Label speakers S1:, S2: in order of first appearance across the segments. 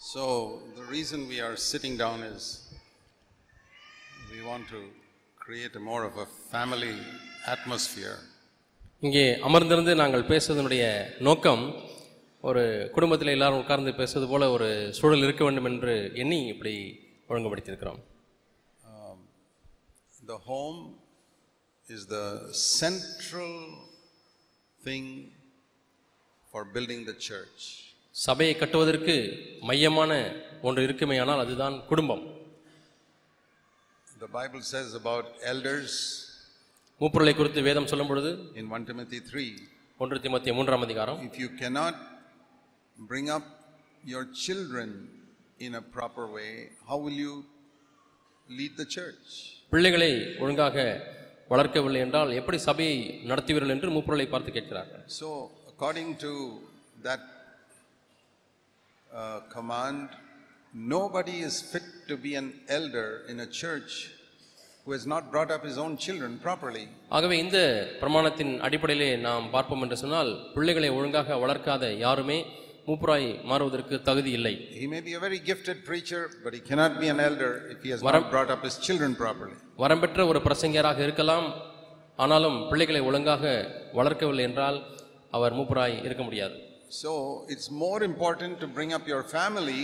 S1: So, the reason we are sitting down is we want to create a more of a family atmosphere.
S2: இங்கே அமர்ந்திருந்து நாங்கள் பேசுவதனுடைய நோக்கம் ஒரு குடும்பத்தில் எல்லாரும் உட்கார்ந்து பேசுவது போல ஒரு சூழல் இருக்க வேண்டும் என்று எண்ணி இப்படி ஒழுங்குபடுத்தியிருக்கிறோம்
S1: The home is the central thing for building the church.
S2: சபையை கட்டுவதற்கு மையமான ஒன்று இருக்குமேயானால் அதுதான் குடும்பம்
S1: The Bible says about elders
S2: மூப்பொருளை குறித்து வேதம் சொல்லும் பொழுது
S1: in 1 Timothy 3
S2: ஒன்று திமுத்திய மூன்றாம் அதிகாரம்
S1: if you cannot bring up your children in a proper way, how will you lead the church?
S2: பிள்ளைகளை ஒழுங்காக வளர்க்கவில்லை என்றால் எப்படி சபையை நடத்துவீர்கள் என்று மூப்பொருளை பார்த்து கேட்கிறார்கள்
S1: So, according to that uh, command, nobody is fit to be an elder in a church who has not brought up his own children properly.
S2: ஆகவே இந்த பிரமாணத்தின் அடிப்படையிலே நாம் பார்ப்போம் என்று சொன்னால் பிள்ளைகளை ஒழுங்காக வளர்க்காத யாருமே மூப்பராய் மாறுவதற்கு தகுதி இல்லை
S1: He may be a very gifted preacher, but he cannot be an elder if he has not brought up his children properly.
S2: வரம்பெற்ற ஒரு பிரசங்கியராக இருக்கலாம் ஆனாலும் பிள்ளைகளை ஒழுங்காக வளர்க்கவில்லை என்றால் அவர் மூப்பராய் இருக்க முடியாது
S1: So, it's more important to bring up your family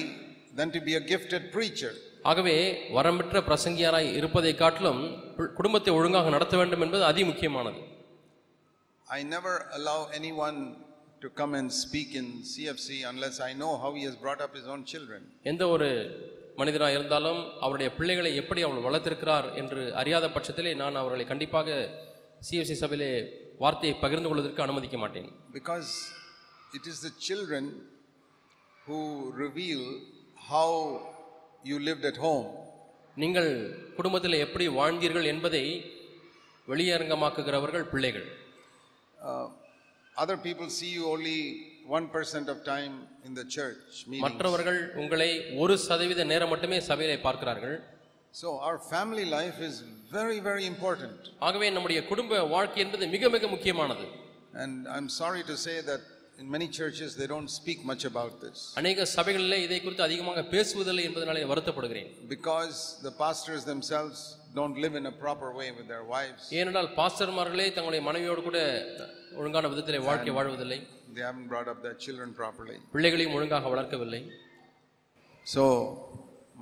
S1: than to be a gifted preacher.
S2: ஆகவே வரம்பெற்ற பிரசங்கியராய் இருப்பதை காட்டிலும் பு- குடும்பத்தை ஒழுங்காக நடத்த வேண்டும் என்பது அதி முக்கியமானது
S1: I never allow anyone to come and speak in CFC unless I know how he has brought up his own children.
S2: எந்த ஒரு மனிதராக இருந்தாலும் அவருடைய பிள்ளைகளை எப்படி அவர் வளர்த்திருக்கிறார் என்று அறியாத பட்சத்திலே நான் அவர்களை கண்டிப்பாக சிஎஃப்சி சபையிலே வார்த்தையை பகிர்ந்து கொள்வதற்கு அனுமதிக்க மாட்டேன்
S1: Because it is the children who reveal how you lived at home.
S2: நீங்கள் குடும்பத்தில் எப்படி வாழ்ந்தீர்கள் என்பதை வெளியரங்கமாக்குகிறவர்கள் பிள்ளைகள்
S1: Uh, other people see you only 1% of time in the church meeting.
S2: மற்றவர்கள் உங்களை ஒரு சதவீத நேரம் மட்டுமே சபையிலே பார்க்கிறார்கள்
S1: So our family life is very, very important.
S2: ஆகவே நம்முடைய குடும்ப வாழ்க்கை என்பது மிக மிக முக்கியமானது
S1: And I'm sorry to say that in many churches they don't speak much about this
S2: அநேக சபைகளிலே இதை குறித்து அதிகமாக பேசுவதில்லை என்பதனாலே வருத்தப்படுகிறேன்
S1: because the pastors themselves don't live in a proper way with their wives.
S2: ஏனென்றால் பாஸ்டர்மார்களே தங்களுடைய மனைவியோடு கூட ஒழுங்கான விதத்திலே வாழ்க்கை வாழ்வதில்லை
S1: They haven't brought up their children properly.
S2: பிள்ளைகளையும் ஒழுங்காக வளர்க்கவில்லை
S1: So,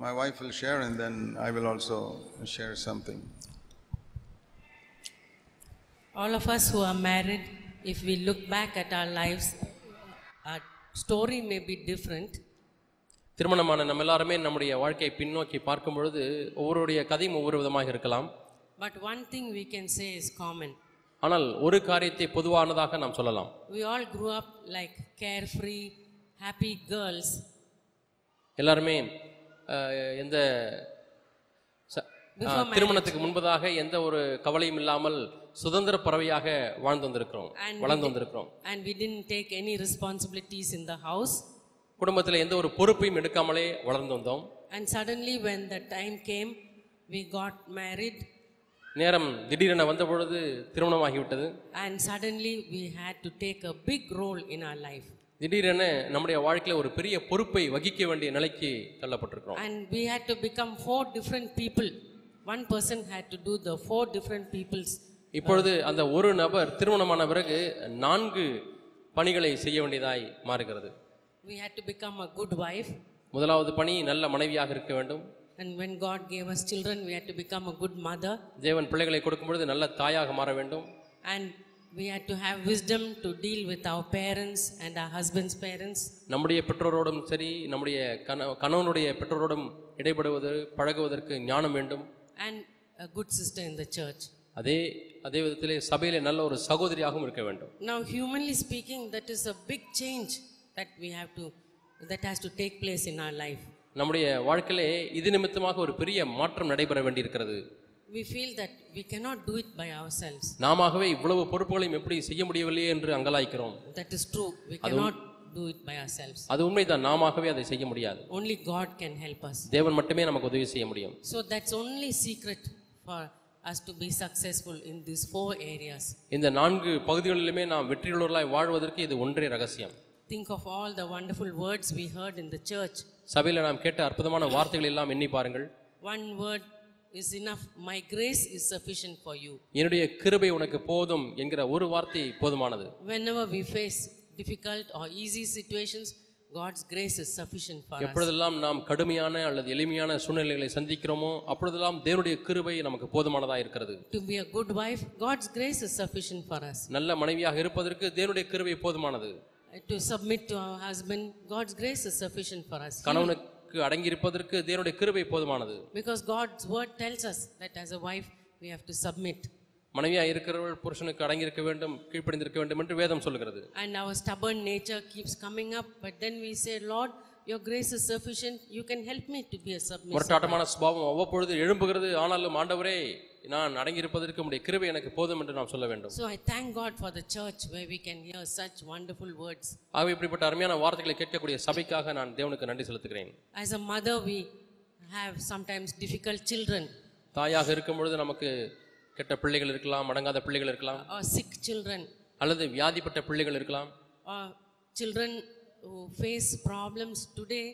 S1: my wife will share, and then I will also share something.
S3: All of us who are married, if we look back at our lives, our story may be different,
S2: திருமணமான நம்ம எல்லாருமே நம்முடைய வாழ்க்கையை பின்னோக்கி பார்க்கும் பொழுது ஒவ்வொருடைய கதையும் ஒவ்வொரு விதமாக இருக்கலாம்
S3: but one thing we can say is common.
S2: ஆனால் ஒரு காரியத்தை பொதுவானதாக நாம் சொல்லலாம்
S3: We all grew up like carefree, happy girls
S2: எல்லாருமே அஹ், எந்த ச-
S3: Before
S2: அஹ், திருமணத்துக்கு முன்பதாக எந்த ஒரு கவலையும் இல்லாமல் சுதந்திர பறவையாக வாழ்ந்து வந்திருக்கிறோம்
S3: And
S2: வளர்ந்து வந்திருக்கிறோம்
S3: and we didn't take any responsibilities in the house.
S2: குடும்பத்தில் எந்த ஒரு பொறுப்பையும் எடுக்காமலே வளர்ந்து வந்தோம்
S3: And suddenly, when the time came, we got married,
S2: நேரம் திடீரென வந்த பொழுது திருமணமாகிவிட்டது
S3: and suddenly we had to take a big role in our life.
S2: திடீரென நம்முடைய வாழ்க்கையில ஒரு பெரிய பொறுப்பை வகிக்க வேண்டிய நிலைக்கு தள்ளப்பட்டிருக்கிறோம்
S3: And we had to become four different people. One person had to do the four different peoples.
S2: இப்பொழுது அந்த ஒரு நபர் திருமணமான பிறகு நான்கு பணிகளை செய்ய வேண்டியதாய் மாறுகிறது
S3: We had to become a good wife.
S2: முதலாவது பணி நல்ல மனைவியாக இருக்க வேண்டும்
S3: And when God gave us children, we had to become a good mother.
S2: தேவன் பிள்ளைகளை கொடுக்கும் பொழுது நல்ல தாயாக மாற வேண்டும்
S3: And we had to have wisdom to deal with our parents and our husband's parents.
S2: நம்முடைய பெற்றோரோடும் சரி நம்முடைய கண கணவனுடைய பெற்றோரோடும் இடைபடுவது பழகுவதற்கு ஞானம் வேண்டும்
S3: And a good sister in the church.
S2: அதே அதே விதத்திலே சபையிலே நல்ல ஒரு சகோதரியாகவும் இருக்க வேண்டும்
S3: Now, humanly speaking, that is a big change that we have to, that has to take place in our life.
S2: நம்முடைய வாழ்க்கையிலே இது நிமித்தமாக ஒரு பெரிய மாற்றம் நடைபெற வேண்டியிருக்கிறது
S3: We feel that we cannot do it by ourselves.
S2: நாமவே இவ்வளவு பொறுப்புகளையும் எப்படி செய்ய முடியவில்லையே என்று அங்கலாய்க்கிறோம்
S3: That is true. We cannot do it by ourselves.
S2: அது உண்மைதான் நாமவே அதை செய்ய முடியாது
S3: Only God can help us.
S2: தேவன் மட்டுமே நமக்கு உதவி செய்ய முடியும்
S3: So that's only secret for us to be successful in these four areas.
S2: இந்த நான்கு பகுதிகளிலுமே நாம் வெற்றியுள்ளவர்களாய் வாழ்வதற்கு இது ஒன்றே ரகசியம்
S3: Think of all the wonderful words we heard in the church
S2: சபையில் நாம் கேட்ட அற்புதமான வார்த்தைகள் எல்லாம் எண்ணி பாருங்கள்
S3: One word is enough. My grace is sufficient for you.
S2: என்னுடைய கிருபை உனக்கு போதும் என்கிற ஒரு வார்த்தை போதுமானது
S3: Whenever we face difficult or easy situations, God's grace is sufficient for us.
S2: எப்பொழுதெல்லாம் நாம் கடுமையான அல்லது எளிமையான சூழ்நிலைகளை சந்திக்கிறோமோ அப்பொழுதெல்லாம் தேவனுடைய கிருபை நமக்கு போதுமானதா இருக்கிறது
S3: To be a good wife, God's grace is sufficient for us. Uh,
S2: நல்ல மனைவியாக இருப்பதற்கு தேவனுடைய கிருபை போதுமானது
S3: To submit to our husband, God's grace is sufficient for us.
S2: கணவனுக்கு அடங்கியிருப்பதற்கு தேவனுடைய கிருபை போதுமானது
S3: Because God's word tells us that as a wife, we have to submit.
S2: மனைவியாக இருக்கிறவள் புருஷனுக்கு அடங்கியிருக்க வேண்டும் கீழ்ப்படிந்திருக்க வேண்டும் என்று வேதம் சொல்கிறது
S3: And our stubborn nature keeps coming up, but then we say, Lord, your grace is sufficient. You can help me to be a submissive.
S2: முரட்டாட்டமான சுபாவம் அவ்வப்பொழுது எழும்புகிறது ஆனாலும் ஆண்டவரே நான் அடங்கியிருப்பதற்கு உடைய கிருபை எனக்கு போதும் என்று நாம் சொல்ல வேண்டும்
S3: So I thank God for the church where we can hear such wonderful words.
S2: ஆகவே இப்படிப்பட்ட அருமையான வார்த்தைகளை கேட்கக்கூடிய சபைக்காக நான் தேவனுக்கு நன்றி செலுத்துகிறேன்
S3: As a mother, we have sometimes difficult children
S2: தாயாக இருக்கும் பொழுது நமக்கு கெட்ட பிள்ளைகள் இருக்கலாம் அடங்காத பிள்ளைகள் இருக்கலாம்
S3: or sick children
S2: அல்லது வியாதிப்பட்ட பிள்ளைகள் இருக்கலாம்
S3: or children who face problems today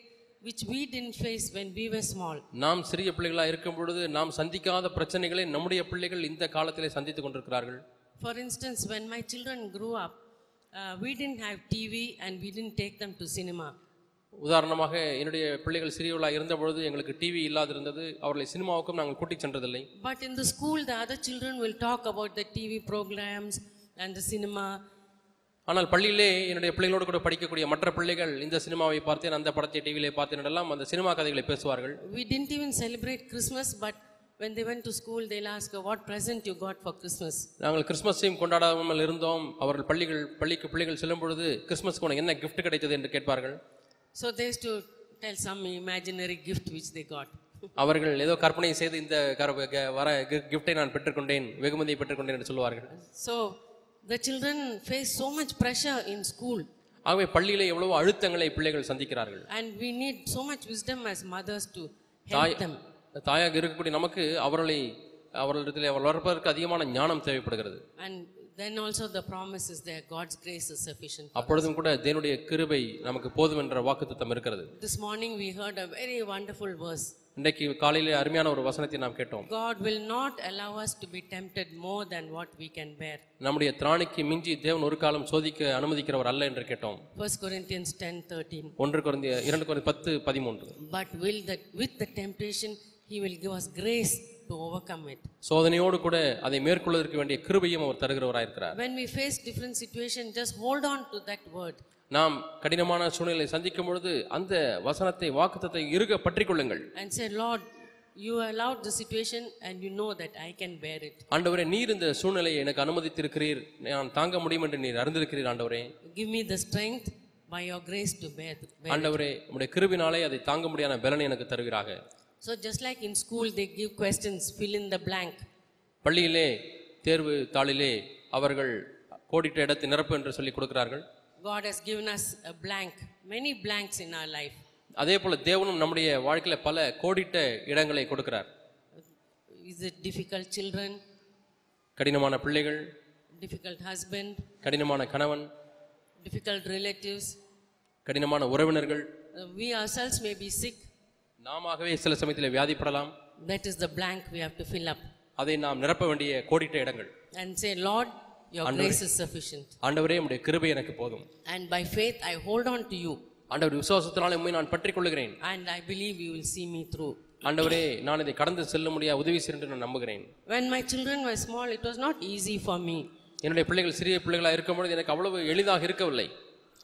S3: which we didn't face when we were small.
S2: நாம் சிறிய பிள்ளைகளாக இருக்கும் பொழுது நாம் சந்திக்காத பிரச்சனைகளை நம்முடைய பிள்ளைகள் இந்த காலத்திலே சந்தித்து கொண்டிருக்கிறார்கள்
S3: For instance, when my children grew up, uh, we didn't have TV and we didn't take them to cinema.
S2: உதாரணமாக என்னுடைய பிள்ளைகள் சிறியவர்களாக இருந்த பொழுது எங்களுக்கு டிவி இல்லாதிருந்தது அவர்களை சினிமாவுக்கும் நாங்கள் கூட்டிச் சென்றதில்லை
S3: But in the school, the other children will talk about the TV programs and the cinema.
S2: ஆனால் பள்ளியிலே என்னுடைய பிள்ளைகளோடு கூட படிக்கக்கூடிய மற்ற பிள்ளைகள் இந்த சினிமாவை பார்த்தேன் அந்த படத்தை டிவியிலே பார்த்தேன் என்றெல்லாம் அந்த சினிமா கதைகளை பேசுவார்கள்
S3: We didn't even celebrate Christmas, but when they went to school, they'll ask, What present you got for Christmas?
S2: நாங்கள் கிறிஸ்மஸையும் கொண்டாடாமல் இருந்தோம் அவர்கள் பள்ளிகள் பள்ளிக்கு பிள்ளைகள் செல்லும் பொழுது கிறிஸ்மஸ்க்கு உனக்கு என்ன gift கிடைத்தது என்று கேட்பார்கள்
S3: So they used to tell some imaginary gift which they got.
S2: அவர்கள் ஏதோ கற்பனை செய்து இந்த கர- க- வர கிஃப்டை நான் பெற்றுக்கொண்டேன் வெகுமதியை பெற்றுக்கொண்டேன் என்று சொல்வார்கள்
S3: So the children face so much pressure in school,
S2: ஆகவே பள்ளியிலே எவ்வளவோ அழுத்தங்களை பிள்ளைகள் சந்திக்கிறார்கள்
S3: and we need so much wisdom as mothers to
S2: தாய்
S3: help them.
S2: தாயாக இருக்கக்கூடிய நமக்கு அவர்களை அவர்களிடத்தில் அவர் வளர்ப்பதற்கு அதிகமான ஞானம் தேவைப்படுகிறது
S3: And then also the promise is there God's grace is sufficient.
S2: அப்பொழுதும் கூட தேவனுடைய கிருபை நமக்கு போதும் என்ற வாக்குத்தத்தம் இருக்கிறது
S3: This morning we heard a very wonderful verse.
S2: இன்றைக்கு காலையிலே அருமையான ஒரு வசனத்தை நாம் கேட்டோம்
S3: God will not allow us to be tempted more than what we can bear.
S2: நம்முடைய திராணிக்கு மிஞ்சி தேவன் ஒரு காலம் சோதிக்க அனுமதிக்கிறவர் அல்ல என்று கேட்டோம்
S3: 1 Corinthians 10 13.
S2: ஒன்று குறைந்த இரண்டு குறைந்த பத்து பதிமூன்று
S3: But will that with the temptation, He will give us grace to overcome it.
S2: சோதனையோடு கூட அதை மேற்கொள்வதற்கு வேண்டிய கிருபையும் அவர் தருகிறவராயிருக்கிறார்
S3: When we face different situation, just hold on to that word.
S2: நாம் கடினமான சூழ்நிலை சந்திக்கும் பொழுது அந்த வசனத்தை வாக்குத்தத்தை இறுக பற்றி கொள்ளுங்கள்
S3: and say, Lord, you allowed the situation and you know that I can bear it.
S2: ஆண்டவரே நீர் இந்த சூழ்நிலையை எனக்கு அனுமதித்திருக்கிறீர் நான் தாங்க முடியும் என்று நீர் அறிந்திருக்கிறீர் ஆண்டவரே
S3: Give me the strength by your grace to bear it. bear it."
S2: ஆண்டவரே உம்முடைய கிருபினாலே அதை தாங்க முடியாத பலனை எனக்கு தருகிறாக
S3: So, just like in school, they give questions, fill in the blank.
S2: பள்ளியிலே தேர்வு தாளிலே அவர்கள் கோடிட்ட இடத்தை நிரப்பு என்று சொல்லி கொடுக்கிறார்கள்
S3: God has given us a blank, many blanks in our life.
S2: அதே போல தேவனும் நம்முடைய வாழ்க்கையில பல கோடிட்ட இடங்களை கொடுக்கிறார்
S3: Is it difficult children,
S2: கடினமான பிள்ளைகள்
S3: difficult husband,
S2: கடினமான கணவன்
S3: difficult relatives?
S2: கடினமான உறவினர்கள்
S3: Uh, We ourselves may be sick.
S2: நாமவே சில சமயத்தில் வியாதிப்படலாம்
S3: That is the blank we have to fill up
S2: அதை நாம் நிரப்ப வேண்டிய கோடிட்ட இடங்கள்
S3: and say, Lord, your grace is sufficient.
S2: ஆண்டவரே உம்முடைய கிருபை எனக்கு போதும்
S3: And by faith, I hold on to you.
S2: ஆண்டவர் விசுவாசத்தினாலே உண்மை நான் பற்றிக் கொள்கிறேன்
S3: and I believe you will see me through.
S2: ஆண்டவரே நான் இதை கடந்து செல்ல முடியாது உதவி செய்ய நான் நம்புகிறேன்
S3: When my children were small, it was not easy for me.
S2: என்னுடைய பிள்ளைகள் சிறிய பிள்ளைகளாக இருக்கும்பொழுது எனக்கு அவ்வளவு எளிதாக இருக்கவில்லை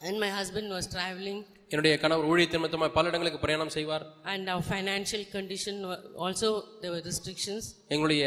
S3: And my husband was traveling,
S2: என்னுடைய கணவர் ஊழியத்தின் மொத்தமாக பல இடங்களுக்கு பிரயாணம் செய்வார்
S3: and our financial condition wa- also, there were restrictions.
S2: எங்களுடைய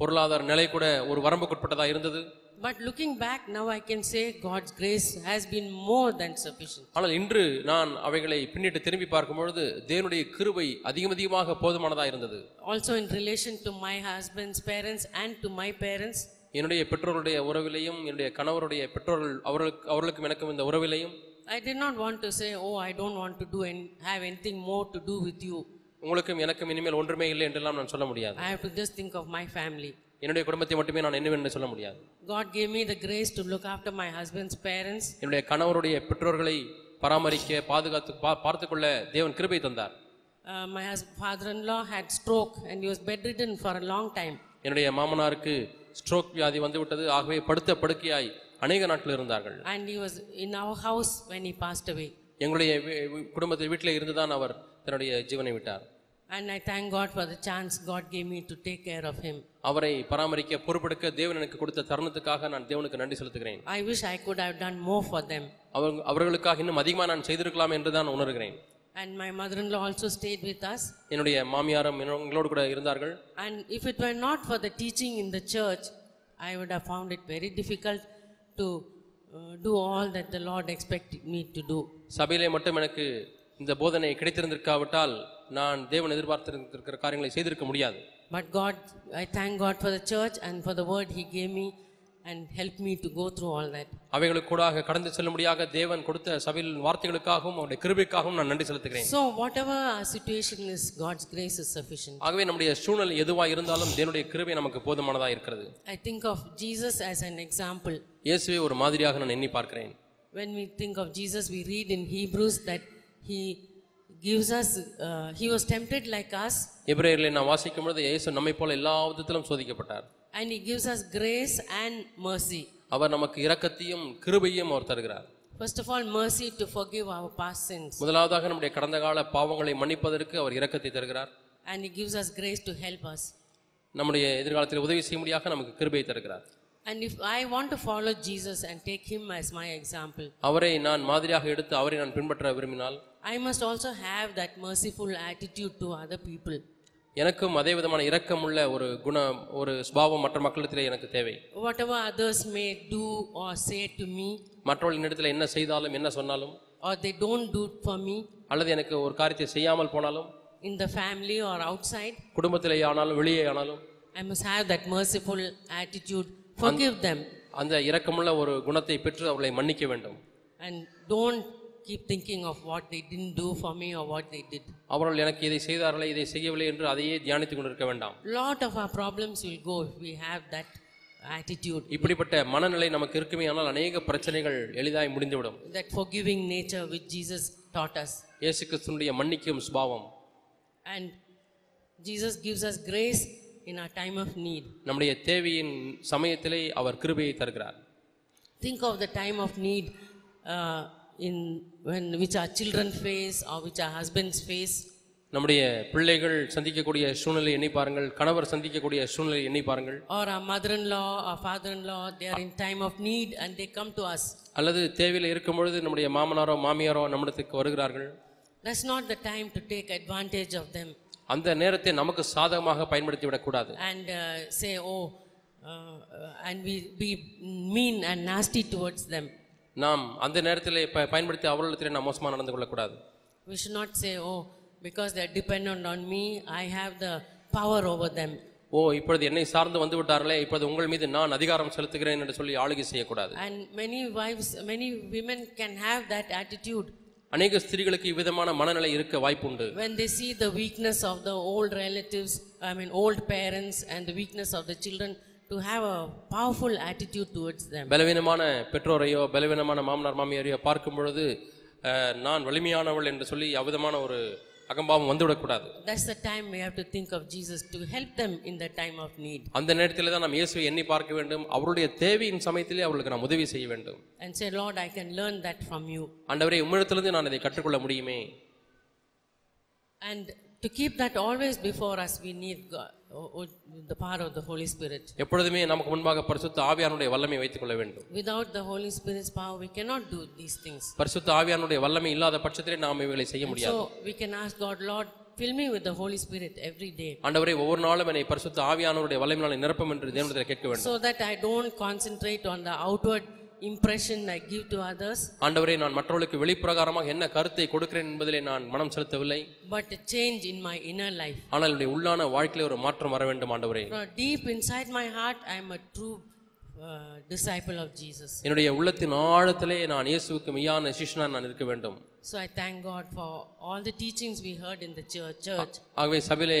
S2: பொருளாதார நிலை கூட ஒரு வரம்புக்குட்பட்டதாக இருந்தது
S3: But looking back, now I can say God's grace has been more than sufficient.
S2: ஆனால் இன்று நான் அவைகளை பின்னிட்டு திரும்பி பார்க்கும் பொழுது தேவனுடைய கிருபை அதிகம் அதிகமாக போதுமானதாக இருந்தது
S3: Also, in relation to my husband's parents and to my parents,
S2: என்னுடைய பெற்றோருடைய உறவிலையும் என்னுடைய கணவருடைய பெற்றோர்கள் அவர்களுக்கு அவர்களுக்கும் எனக்கும் இந்த உறவிலையும்
S3: I did not want to say, Oh, I don't want to do and have anything more to do with you.
S2: உங்களுக்கும் எனக்கும் இனிமேல் ஒன்றுமே இல்லை என்றெல்லாம் நான் சொல்ல முடியாது
S3: I have to just think of my family.
S2: என்னுடைய குடும்பத்தை மட்டுமே நான் என்னவென்று சொல்ல முடியாது
S3: God gave me the grace to look after my husband's parents
S2: என்னுடைய கணவருடைய பெற்றோர்களை பராமரிக்க பாதுகாத்து பா பார்த்துக்கொள்ள தேவன் கிருபை தந்தார்
S3: Uh, my hus- father-in-law had stroke and he was bedridden for a long time.
S2: என்னுடைய மாமனாருக்கு ஸ்ட்ரோக் வியாதி வந்துவிட்டது ஆகவே படுத்த படுக்கையாய் அநேக நாட்கள் இருந்தார்கள்
S3: And he was in our house when he passed away.
S2: எங்களுடைய வி- வி- குடும்பத்தில் வீட்டில் இருந்து தான் அவர் தன்னுடைய ஜீவனை விட்டார்
S3: And I thank God for the chance God gave me to take care of him.
S2: அவரை பராமரிக்க பொறுப்பெடுக்க தேவன் எனக்கு கொடுத்த தருணத்துக்காக நான் தேவனுக்கு நன்றி செலுத்துகிறேன்
S3: I wish I could have done more for them.
S2: அவங்க அவர்களுக்காக இன்னும் அதிகமாக நான் செய்திருக்கலாம் என்று தான் உணர்கிறேன்
S3: And my mother in law also stayed with us.
S2: என்னுடைய மாமியாரும் என்னோ- எங்களோடு கூட இருந்தார்கள்
S3: And if it were not for the teaching in the church, I would have found it very difficult to uh, do all that the Lord expected me to do.
S2: சபையிலே மட்டும் எனக்கு இந்த போதனை கிடைத்திருந்திருக்காவிட்டால் நான் தேவன் எதிர்பார்த்திருந்திருக்கிற காரியங்களை செய்திருக்க முடியாது
S3: But God, I thank God for the church and for the word He gave me and helped me to go through all that.
S2: அவைகளுக்கூடாக கடந்து செல்லும்படியாக தேவன் கொடுத்த சபையில் வார்த்தைகளுக்காகவும் அவருடைய கிருபைக்காகவும் நான் நன்றி செலுத்துகிறேன்
S3: So, whatever our situation is, God's grace is sufficient.
S2: ஆகவே நம்முடைய சூழ்நிலை எதுவாக இருந்தாலும் தேவனுடைய கிருபை நமக்கு போதுமானதாக இருக்கிறது
S3: I think of Jesus as an example.
S2: இயேசுவை ஒரு மாதிரியாக நான் எண்ணி பார்க்கிறேன்
S3: When we think of Jesus, we read in Hebrews that He gives us, uh, He was tempted like us,
S2: எபிரேயர்களை நான் வாசிக்கும் பொழுது இயேசு நம்மை போல எல்லா விதத்திலும் சோதிக்கப்பட்டார்
S3: and He gives us grace and mercy.
S2: அவர் நமக்கு இரக்கத்தையும் கிருபையும் அவர் தருகிறார்
S3: First of all, mercy to forgive our past sins,
S2: முதலாவதாக நம்முடைய கடந்த கால பாவங்களை மன்னிப்பதற்கு அவர் இரக்கத்தை தருகிறார்
S3: and He gives us grace to help us.
S2: நம்முடைய எதிர்காலத்தில் உதவி செய்யும்படியாக நமக்கு கிருபையை தருகிறார்
S3: And if I want to follow Jesus and take Him as my example,
S2: அவரை நான் மாதிரியாக எடுத்து அவரை நான் பின்பற்ற விரும்பினால்
S3: I must also have that merciful attitude to other people.
S2: எனக்கும் அதே விதமான இரக்கமுள்ள ஒரு குணம் ஒரு சுபாவம் மற்ற மக்களிடத்திலே எனக்கு தேவை
S3: Whatever others may do or say to me,
S2: மற்றவர்களின் இடத்துல என்ன செய்தாலும் என்ன சொன்னாலும்
S3: or they don't do it for me
S2: அல்லது எனக்கு ஒரு காரியத்தை செய்யாமல் போனாலும்
S3: in the family or outside,
S2: குடும்பத்திலே ஆனாலும் வெளியே ஆனாலும்
S3: I must have that merciful attitude. Forgive them
S2: அந்த இரக்கமுள்ள ஒரு குணத்தை பெற்று அவர்களை மன்னிக்க வேண்டும்
S3: and don't keep thinking of what they didn't do for me or what they did.
S2: அவர்கள் எனக்கு இதை செய்தார்களே இதை செய்யவில்லை என்று அதையே தியானித்துக் கொண்டிருக்க வேண்டாம்
S3: Lot of our problems will go if we have that attitude.
S2: இப்படிப்பட்ட மனநிலை நமக்கு இருக்குமே ஆனால் அநேக பிரச்சனைகள் எளிதாய் முடிந்துவிடும்
S3: That forgiving nature which Jesus taught us.
S2: இயேசு கிறிஸ்துனுடைய மன்னிக்கும் சுபாவம்
S3: And Jesus gives us grace in our time of need.
S2: நம்முடைய தேவையின் சமயத்திலே அவர் கிருபையை தருகிறார்
S3: Think of the time of need uh, in when which our children face or which our husbands face.
S2: நம்முடைய பிள்ளைகள் சந்திக்கக்கூடிய சூழ்நிலை எண்ணி பாருங்கள் கணவர் சந்திக்கக்கூடிய சூழ்நிலை எண்ணி பாருங்கள்
S3: Or our mother-in-law, our father-in-law, they are in time of need and they come to us.
S2: அல்லது தேவையில் இருக்கும் பொழுது நம்முடைய மாமனாரோ மாமியாரோ நம்மிடத்துக்கு வருகிறார்கள்
S3: That's not the time to take advantage of them
S2: அந்த நேரத்தை நமக்கு சாதகமாக பயன்படுத்தி விடக்கூடாது
S3: and uh, say, oh, uh, uh, and we be mean and nasty towards them.
S2: நாம் அந்த நேரத்தில் ப- பயன்படுத்தி அவர்களிடத்தில் நாம் மோசமாக நடந்து கொள்ளக்கூடாது
S3: We should not say, oh, because they're dependent on me, I have the power over them.
S2: ஓ இப்பொழுது என்னை சார்ந்து வந்து விட்டார்களே இப்பொழுது உங்கள் மீது நான் அதிகாரம் செலுத்துகிறேன் என்று சொல்லி ஆளுகை செய்யக்கூடாது
S3: And many wives, many women can have that attitude
S2: அநேக ஸ்திரீகளுக்கு இவ்விதமான மனநிலை இருக்க வாய்ப்புண்டு
S3: when they see the weakness of the old relatives, I mean, old parents, and the weakness of the children, to have a powerful attitude towards them.
S2: பலவீனமான பெற்றோரையோ பலவீனமான மாமனார் மாமியாரையோ பார்க்கும் பொழுது அஹ், நான் வலிமையானவள் என்று சொல்லி அவ்விதமான ஒரு அகம்பாவம் வந்துவிடக்கூடாது
S3: That's the time we have to think of Jesus to help them in the time of need
S2: அந்த நேரத்தில் தான் நாம் இயேசுவை எண்ணி பார்க்க வேண்டும் அவருடைய தேவையின் சமயத்திலே அவர்களுக்கு நாம் உதவி செய்ய வேண்டும்
S3: and say, Lord, I can learn that from you.
S2: ஆண்டவரே உம்மிடத்திலிருந்து நான் இதை கற்றுக்கொள்ள முடியுமே
S3: And to keep that always before us, we need God, oh, oh, the power of the Holy Spirit.
S2: எப்பொழுதுமே நமக்கு முன்பாக பரிசுத்த ஆவியானுடைய வல்லமை வைத்துக் கொள்ள வேண்டும்
S3: Without the Holy Spirit's power, we cannot do these things.
S2: பரிசுத்த ஆவியானுடைய வல்லமை இல்லாத பட்சத்திலே நாம் இவைகளை செய்ய முடியாது
S3: So we can ask God, Lord, fill me with the Holy Spirit every day
S2: ஆண்டவரே ஒவ்வொரு நாளும் என்னை பரிசுத்த ஆவியானவருடைய வல்லமையினால் நிரப்பும் என்று தேவனத்தில் கேட்க வேண்டும்
S3: so that I don't concentrate on the outward impression I give to others,
S2: ஆண்டவரே நான் மற்றவர்களுக்கு வெளிப்பிரகாரமாக என்ன கருத்தை கொடுக்கிறேன் என்பதிலே நான் மனம் செலுத்தவில்லை
S3: but a change in my inner life.
S2: ஆனால் என்னுடைய உள்ளான வாழ்க்கையிலே ஒரு மாற்றம் வர வேண்டும் ஆண்டவரே
S3: From deep inside my heart, I am a true uh, disciple of Jesus.
S2: என்னுடைய உள்ளத்தின் ஆழத்திலே நான் இயேசுவுக்கு மெய்யான சிஷ்யனா நான் இருக்க வேண்டும்
S3: So I thank God for all the teachings we heard in the church. church.
S2: ஆகவே சபையிலே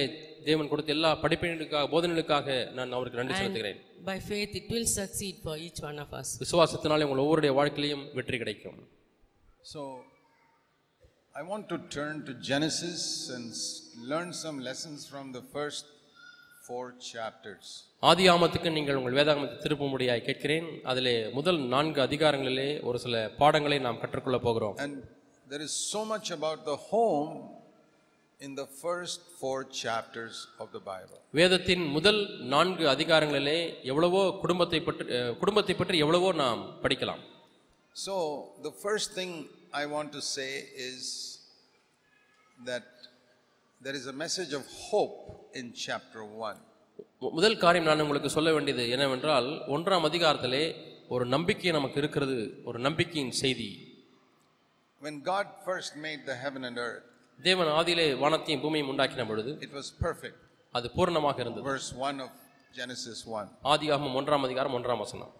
S2: தேவன் கொடுத்த எல்லா படிப்பினைகளுக்காக போதனைகளுக்காக நான் அவருக்கு நன்றி செலுத்துகிறேன்
S3: And by faith, it will succeed for each one of us.
S2: விசுவாசத்தினாலே உங்கள் ஒவ்வொருடைய வாழ்க்கையிலையும் வெற்றி கிடைக்கும்
S1: So I want to turn to Genesis and s- learn some lessons from the first four chapters.
S2: ஆதியாமத்துக்கு நீங்கள் உங்கள் வேதாகமத்தை திருப்பும்படியாய் கேட்கிறேன் அதிலே முதல் நான்கு அதிகாரங்களிலே ஒரு சில பாடங்களை நாம் கற்றுக்கொள்ளப் போகிறோம்
S1: And there is so much about the home in the first four chapters of the Bible.
S2: வேதத்தின் முதல் நான்கு அதிகாரங்களிலே எவ்வளவோ குடும்பத்தை பற்றி அஹ், குடும்பத்தை பற்றி எவ்வளவோ நாம் படிக்கலாம்
S1: So, the first thing I want to say is that there is a message of hope in chapter 1.
S2: மு- முதல் காரியம் நான் உங்களுக்கு சொல்ல வேண்டியது என்னவென்றால் ஒன்றாம் அதிகாரத்திலே ஒரு நம்பிக்கை நமக்கு இருக்கிறது ஒரு நம்பிக்கையின் செய்தி
S1: When God first made the heaven and earth,
S2: தேவன் ஆதியிலே வானத்தையும் பூமியும் உண்டாக்கின பொழுது
S1: it was perfect.
S2: அது பூரணமாக இருந்தது
S1: Verse 1 of Genesis 1.
S2: ஆதியாகமம் ஒன்றாம் அதிகாரம் ஒன்றாம் வசனம்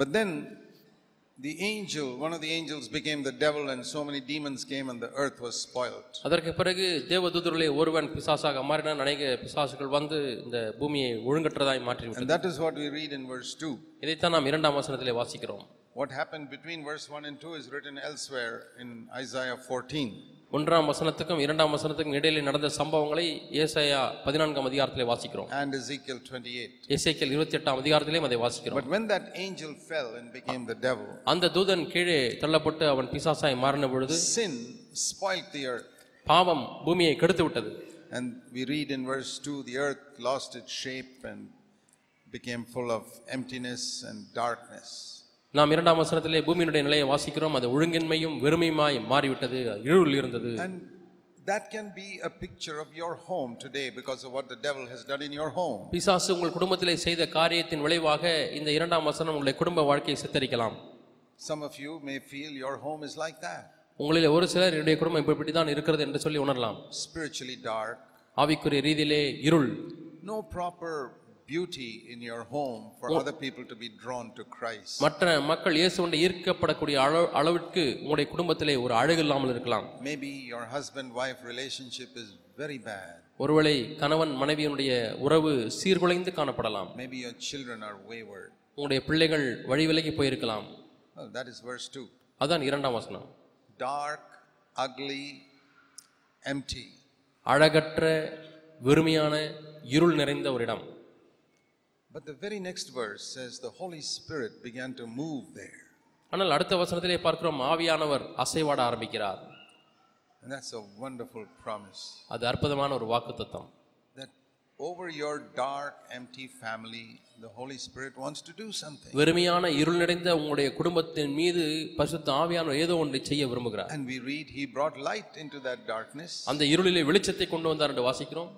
S1: But then the angel, one of the angels became the devil, and so many demons came, and the earth was spoiled.
S2: அதற்கு பிறகு தேவதூதர்களே ஒருவன் பிசாசாக மாறினான் அநேக பிசாசுகள் வந்து இந்த பூமியை ஒழுங்கற்றதாய் மாற்றிவிட்டது
S1: And that is what we read in verse 2.
S2: இதைத்தான் நாம் இரண்டாம் வசனத்திலே வாசிக்கிறோம்
S1: What happened between verse 1 and 2 is written elsewhere in Isaiah 14.
S2: ஒன்றாம் வசனத்துக்கும் இரண்டாம் வசனத்துக்கும் இடையிலே நடந்த சம்பவங்களை ஏசாயா பதினான்காம் அதிகாரத்திலே வாசிக்கிறோம்
S1: and Ezekiel 28.
S2: எசேக்கியல் இருபத்தி எட்டாம் அதிகாரத்திலேயும் அதை வாசிக்கிறோம்
S1: But when that angel fell and became the devil,
S2: அந்த தூதன் கீழே தள்ளப்பட்டு அவன் பிசாசாய் மாறின பொழுது
S1: sin spoilt the earth.
S2: பாவம் பூமியை கெடுத்து விட்டது
S1: And we read in verse 2 the earth lost its shape and became full of emptiness and darkness.
S2: நாம் இரண்டாம் வசனத்திலே பூமியினுடைய நிலையை வாசிக்கிறோம் அது ஒழுங்கின்மையும் வெறுமையுமாய் மாறிவிட்டது இருள் இருந்தது
S1: And that can be a picture of your home today because of what the devil has done in your home.
S2: பிசாசு உங்கள் குடும்பத்திலே செய்த காரியத்தின் விளைவாக இந்த இரண்டாம் வசனம் உங்களுடைய குடும்ப வாழ்க்கையை சித்தரிக்கலாம்
S1: Some of you may feel your home is like that
S2: உங்களில் ஒரு சிலர் என்னுடைய குடும்பம் இப்படி இப்படி தான் இருக்கிறது என்று சொல்லி உணரலாம்
S1: spiritually dark,
S2: ஆவிக்குரிய ரீதியிலே இருள்
S1: no proper beauty in your home for other people to be drawn to Christ.
S2: மற்ற மக்கள் இயேசுவண்டை ஈர்க்கப்படக்கூடிய அளவு அளவிற்கு உங்களுடைய குடும்பத்திலே ஒரு அழகு இல்லாமல் இருக்கலாம்
S1: Maybe your husband wife relationship is very bad.
S2: ஒருவேளை கணவன் மனைவியினுடைய உறவு சீர்குலைந்து காணப்படலாம்
S1: Maybe your children are wayward.
S2: உங்களுடைய பிள்ளைகள் வழி விலகி போயிருக்கலாம்
S1: Well, that is verse 2.
S2: அதான் இரண்டாம் வசனம்
S1: Dark, ugly, empty.
S2: அழகற்ற வெறுமையான இருள் நிறைந்த ஒரு இடம்
S1: But the very next verse says the Holy Spirit began to move there.
S2: ஆனால் அடுத்த வசனத்திலே பார்க்கிறோம் ஆவியானவர் அசைவாட ஆரம்பிக்கிறார்
S1: And that's a wonderful promise
S2: அது அற்புதமான ஒரு வாக்குத்தத்தம்
S1: that over your dark, empty family, the Holy Spirit wants to do something.
S2: வெறுமையான இருள் நிறைந்த உங்களுடைய குடும்பத்தின் மீது பரிசுத்த ஆவியானவர் ஏதோ ஒன்றை செய்ய விரும்புகிறார்
S1: And we read, He brought light into that darkness.
S2: அந்த இருளிலே வெளிச்சத்தை கொண்டு வந்தார் என்று வாசிக்கிறோம்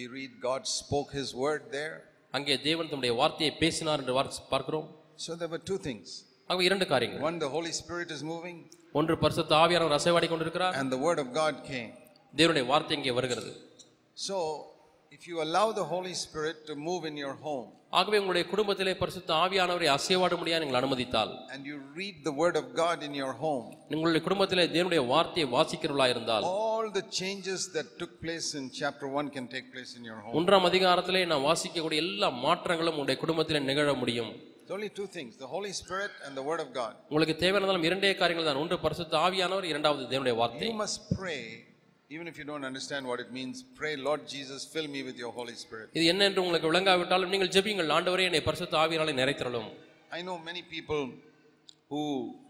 S1: We read, God spoke His word there.
S2: அங்கே தேவன் தம்முடைய வார்த்தையை பேசினார் என்று வார்த்தை பார்க்கிறோம்
S1: So there were two things.
S2: ஆகவே இரண்டு காரியங்கள்
S1: One, the Holy Spirit is moving,
S2: ஒன்று பரிசுத்த ஆவியானவர் அசைவாடி கொண்டிருக்கிறார்
S1: and the word of God came.
S2: தேவனுடைய வார்த்தை இங்கே வருகிறது
S1: So, if you allow the Holy Spirit to move in your home
S2: ஆகவே உங்களுடைய குடும்பத்திலே பரிசுத்த ஆவியானவரை அசைவாட முடியாது நீங்கள் அனுமதித்தால்
S1: and you read the word of God in your home,
S2: உங்களுடைய குடும்பத்திலே தேவனுடைய வார்த்தையை வாசிக்கிறவளா இருந்தால்
S1: all the changes that took place in chapter 1 can take place in your home.
S2: ஒன்றாம் அதிகாரத்திலே நான் வாசிக்கக்கூடிய எல்லா மாற்றங்களும் உங்களுடைய குடும்பத்திலே நிகழ முடியும்
S1: It's only two things the Holy Spirit and the word of God.
S2: உங்களுக்கு தேவையானதாலும் இரண்டே காரியங்கள் தான் ஒன்று பரிசுத்த ஆவியானவர் இரண்டாவது தேவனுடைய வார்த்தை
S1: You must pray, even if you don't understand what it means, pray, Lord Jesus, fill me with your Holy Spirit.
S2: இது என்ன என்று உங்களுக்கு விளங்காவிட்டாலும் நீங்கள் ஜெபியுங்கள் ஆண்டவரே என்னை பரிசுத்த ஆவியாலே நிறைத்திரலும்
S1: I know many people who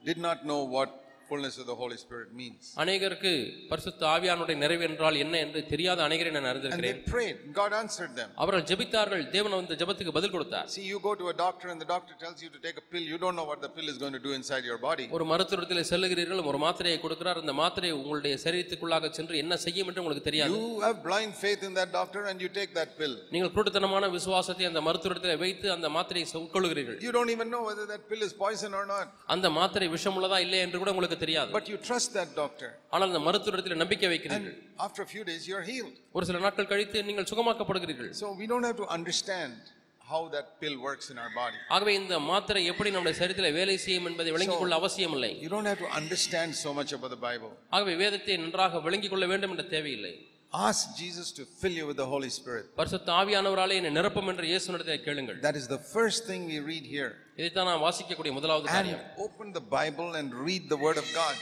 S1: did not know what fullness of the Holy Spirit means.
S2: அநேகருக்கு பரிசுத்த ஆவியானுடைய நிறைவு என்றால் என்ன என்று தெரியாத அநேகரை நான்
S1: And
S2: அறிந்திருக்கிறேன்
S1: they prayed, God answered them.
S2: அவர்கள் ஜெபித்தார்கள் தேவன் அந்த ஜெபத்துக்கு பதில் கொடுத்தார்
S1: See, you go to a doctor and the doctor tells you to take a pill. You don't know what the pill is going to do inside your body.
S2: ஒரு மருத்துவத்தில் செல்லுகிறீர்கள் ஒரு மாத்திரையை கொடுக்கிறார் அந்த மாத்திரை உங்களுடைய சரீரத்துக்குள்ளாக சென்று என்ன செய்யும் என்று உங்களுக்கு தெரியாது
S1: You have blind faith in that doctor and you take that pill.
S2: நீங்கள் குருட்டுத்தனமான விசுவாசத்தை அந்த மருத்துவத்தில் வைத்து அந்த மாத்திரையை சு- உட்கொள்கிறீர்கள்
S1: You don't even know whether that pill is poison or not.
S2: அந்த மாத்திரை விஷமுள்ளதா இல்லை என்று கூட உங்களுக்கு தெரியாது
S1: But you trust that doctor.
S2: ஆனால் அந்த மருத்துவத்தில் நம்பிக்கை வைக்கிறீர்கள்
S1: After a few days, you're healed.
S2: ஒரு சில நாட்கள் கழித்து நீங்கள் சுகமாக்கப்படுகிறீர்கள்
S1: So we don't have to understand how that pill works in our body.
S2: ஆகவே இந்த மாத்திரை எப்படி நம்முடைய சரீரத்தில் வேலை செய்யும் என்பதை விளங்கிக் கொள்ள அவசியமில்லை
S1: You don't have to understand so much about the Bible.
S2: ஆகவே வேதத்தை நன்றாக விளங்கிக் கொள்ள வேண்டும் என்ற தேவையில்லை
S1: Ask Jesus to fill you with the Holy Spirit.
S2: பரிசுத்த ஆவியானவராலே என்னை நிரப்பும் என்று இயேசுனிடத்தை கேளுங்கள்
S1: That is the first thing we read here.
S2: இதைத்தான் நான் வாசிக்கக்கூடிய முதலாவது
S1: And
S2: காரியம்
S1: open the Bible and read the Word of God.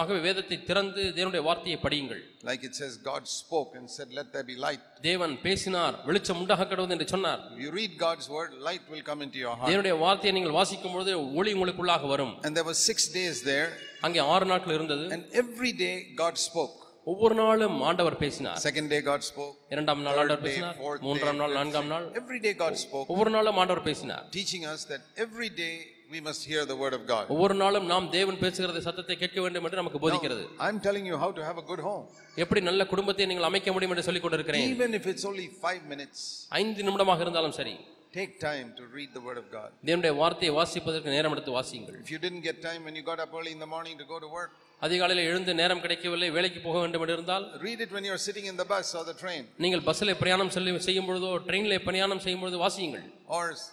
S2: ஆகவே வேதத்தை திறந்து தேவனுடைய வார்த்தையை படியுங்கள்
S1: Like it says, God spoke and said, Let there be light.
S2: தேவன் பேசினார் வெளிச்சம் உண்டாக கடவுது என்று சொன்னார்
S1: If you read God's Word, light will come into your heart.
S2: தேவனுடைய வார்த்தையை நீங்கள் வாசிக்கும் பொழுது ஒளி உங்களுக்குள்ளாக வரும்
S1: And there were six days there,
S2: அங்கே ஆறு நாட்கள் இருந்தது
S1: and every day God spoke.
S2: ஒவ்வொரு நாளும் ஆண்டவர் பேசினார்
S1: Second day, God spoke.
S2: இரண்டாம் நாள்
S1: Third
S2: ஆண்டவர்
S1: day,
S2: பேசினார்
S1: fourth day,
S2: மூன்றாம் நாள்
S1: fifth
S2: நான்காம் நாள்
S1: Every day, God spoke,
S2: ஒவ்வொரு நாளும் ஆண்டவர் பேசினார்
S1: teaching us that every day we must hear the Word of God.
S2: ஒவ்வொரு நாளும் நாம் தேவன் பேசுகிறத சத்தத்தை கேட்க வேண்டும் என்று நமக்கு போதிக்கிறது
S1: I'm telling you how to have a good home,
S2: எப்படி நல்ல குடும்பத்தை நீங்கள் அமைக்க முடியும் என்று சொல்லிக் கொண்டிருக்கிறேன்
S1: even if it's only five minutes.
S2: ஐந்து நிமிடமாக இருந்தாலும் சரி
S1: Take time to read the Word of God.
S2: தேவனுடைய வார்த்தையை வாசிப்பதற்கு நேரம் எடுத்து வாசியுங்கள்
S1: If you didn't get time when you got up early in the morning to go to work,
S2: அதிகாலையில் எழுந்து நேரம் கிடைக்கவில்லை வேலைக்கு போக வேண்டும் என்று இருந்தால்
S1: read it when you're sitting in the bus or the train,
S2: நீங்கள் பஸ்ஸில் பிரயாணம் செல்லும் செய்யும் பொழுதோ ட்ரெயினில் பிரயாணம் செய்யும் பொழுது வாசியுங்கள்
S1: or s-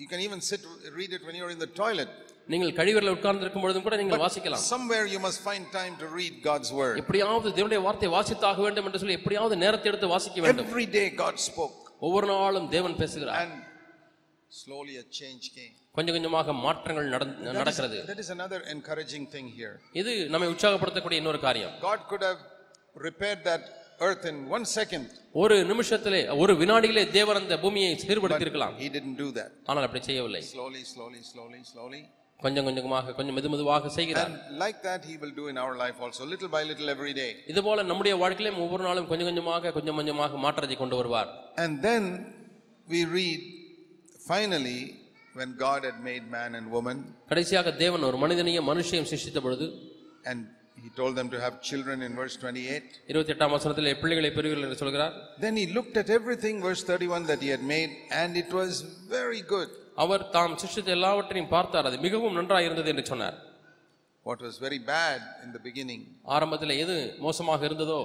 S1: you can even sit read it when you're in the toilet.
S2: நீங்கள் கழிவறையில் உட்கார்ந்திருக்கும் பொழுதும் கூட நீங்கள் வாசிக்கலாம்
S1: Somewhere you must find time to read God's word.
S2: எப்படியாவது தேவனுடைய வார்த்தை வாசித்தாக வேண்டும் என்று சொல்லி எப்படியாவது நேரத்தை எடுத்து வாசிக்க வேண்டும்
S1: Every day God spoke,
S2: ஒவ்வொரு நாளும் தேவன் பேசுகிறார்
S1: and slowly a change came.
S2: கொஞ்சம் கொஞ்சமாக மாற்றங்கள் நடந்த-
S1: That is-
S2: நடக்கிறது
S1: that is another encouraging thing here.
S2: இது நம்மை உற்சாகப்படுத்தக்கூடிய இன்னொரு காரியம்
S1: God could have repaired that earth in one second,
S2: ஒரு நிமிஷத்திலே ஒரு வினாடியிலே தேவர் அந்த பூமியை சீர்படுத்தியிருக்கலாம்
S1: He didn't do that.
S2: ஆனால் அப்படி செய்யவில்லை
S1: Slowly, slowly, slowly, slowly.
S2: கொஞ்சம் கொஞ்சமாக கொஞ்சம் மெது மெதுவாக செய்கிறார்
S1: And like that, He will do in our life also, little by little every day.
S2: இதுபோல நம்முடைய வாழ்க்கையிலும் ஒவ்வொரு நாளும் கொஞ்சம் கொஞ்சமாக கொஞ்சம் கொஞ்சமாக மாற்றத்தை கொண்டு வருவார்
S1: And then we read, finally, when God had made man and woman,
S2: கடைசியாக தேவன் ஒரு மனிதனையும் மனுஷையும் சிருஷ்டித்த பொழுது
S1: and he told them to have children in verse 28.
S2: இருபத்தி எட்டாம் வசனத்திலே பிள்ளைகளை பெறுவீர்கள் என்று சொல்கிறார்
S1: Then he looked at everything, verse 31, that he had made, and it was very good.
S2: அவர் தாம் சிருஷ்டித்த எல்லாவற்றையும் பார்த்தார் அது மிகவும் நன்றாக இருந்தது என்று சொன்னார்
S1: What was very bad in the beginning,
S2: ஆரம்பத்தில் எது மோசமாக இருந்ததோ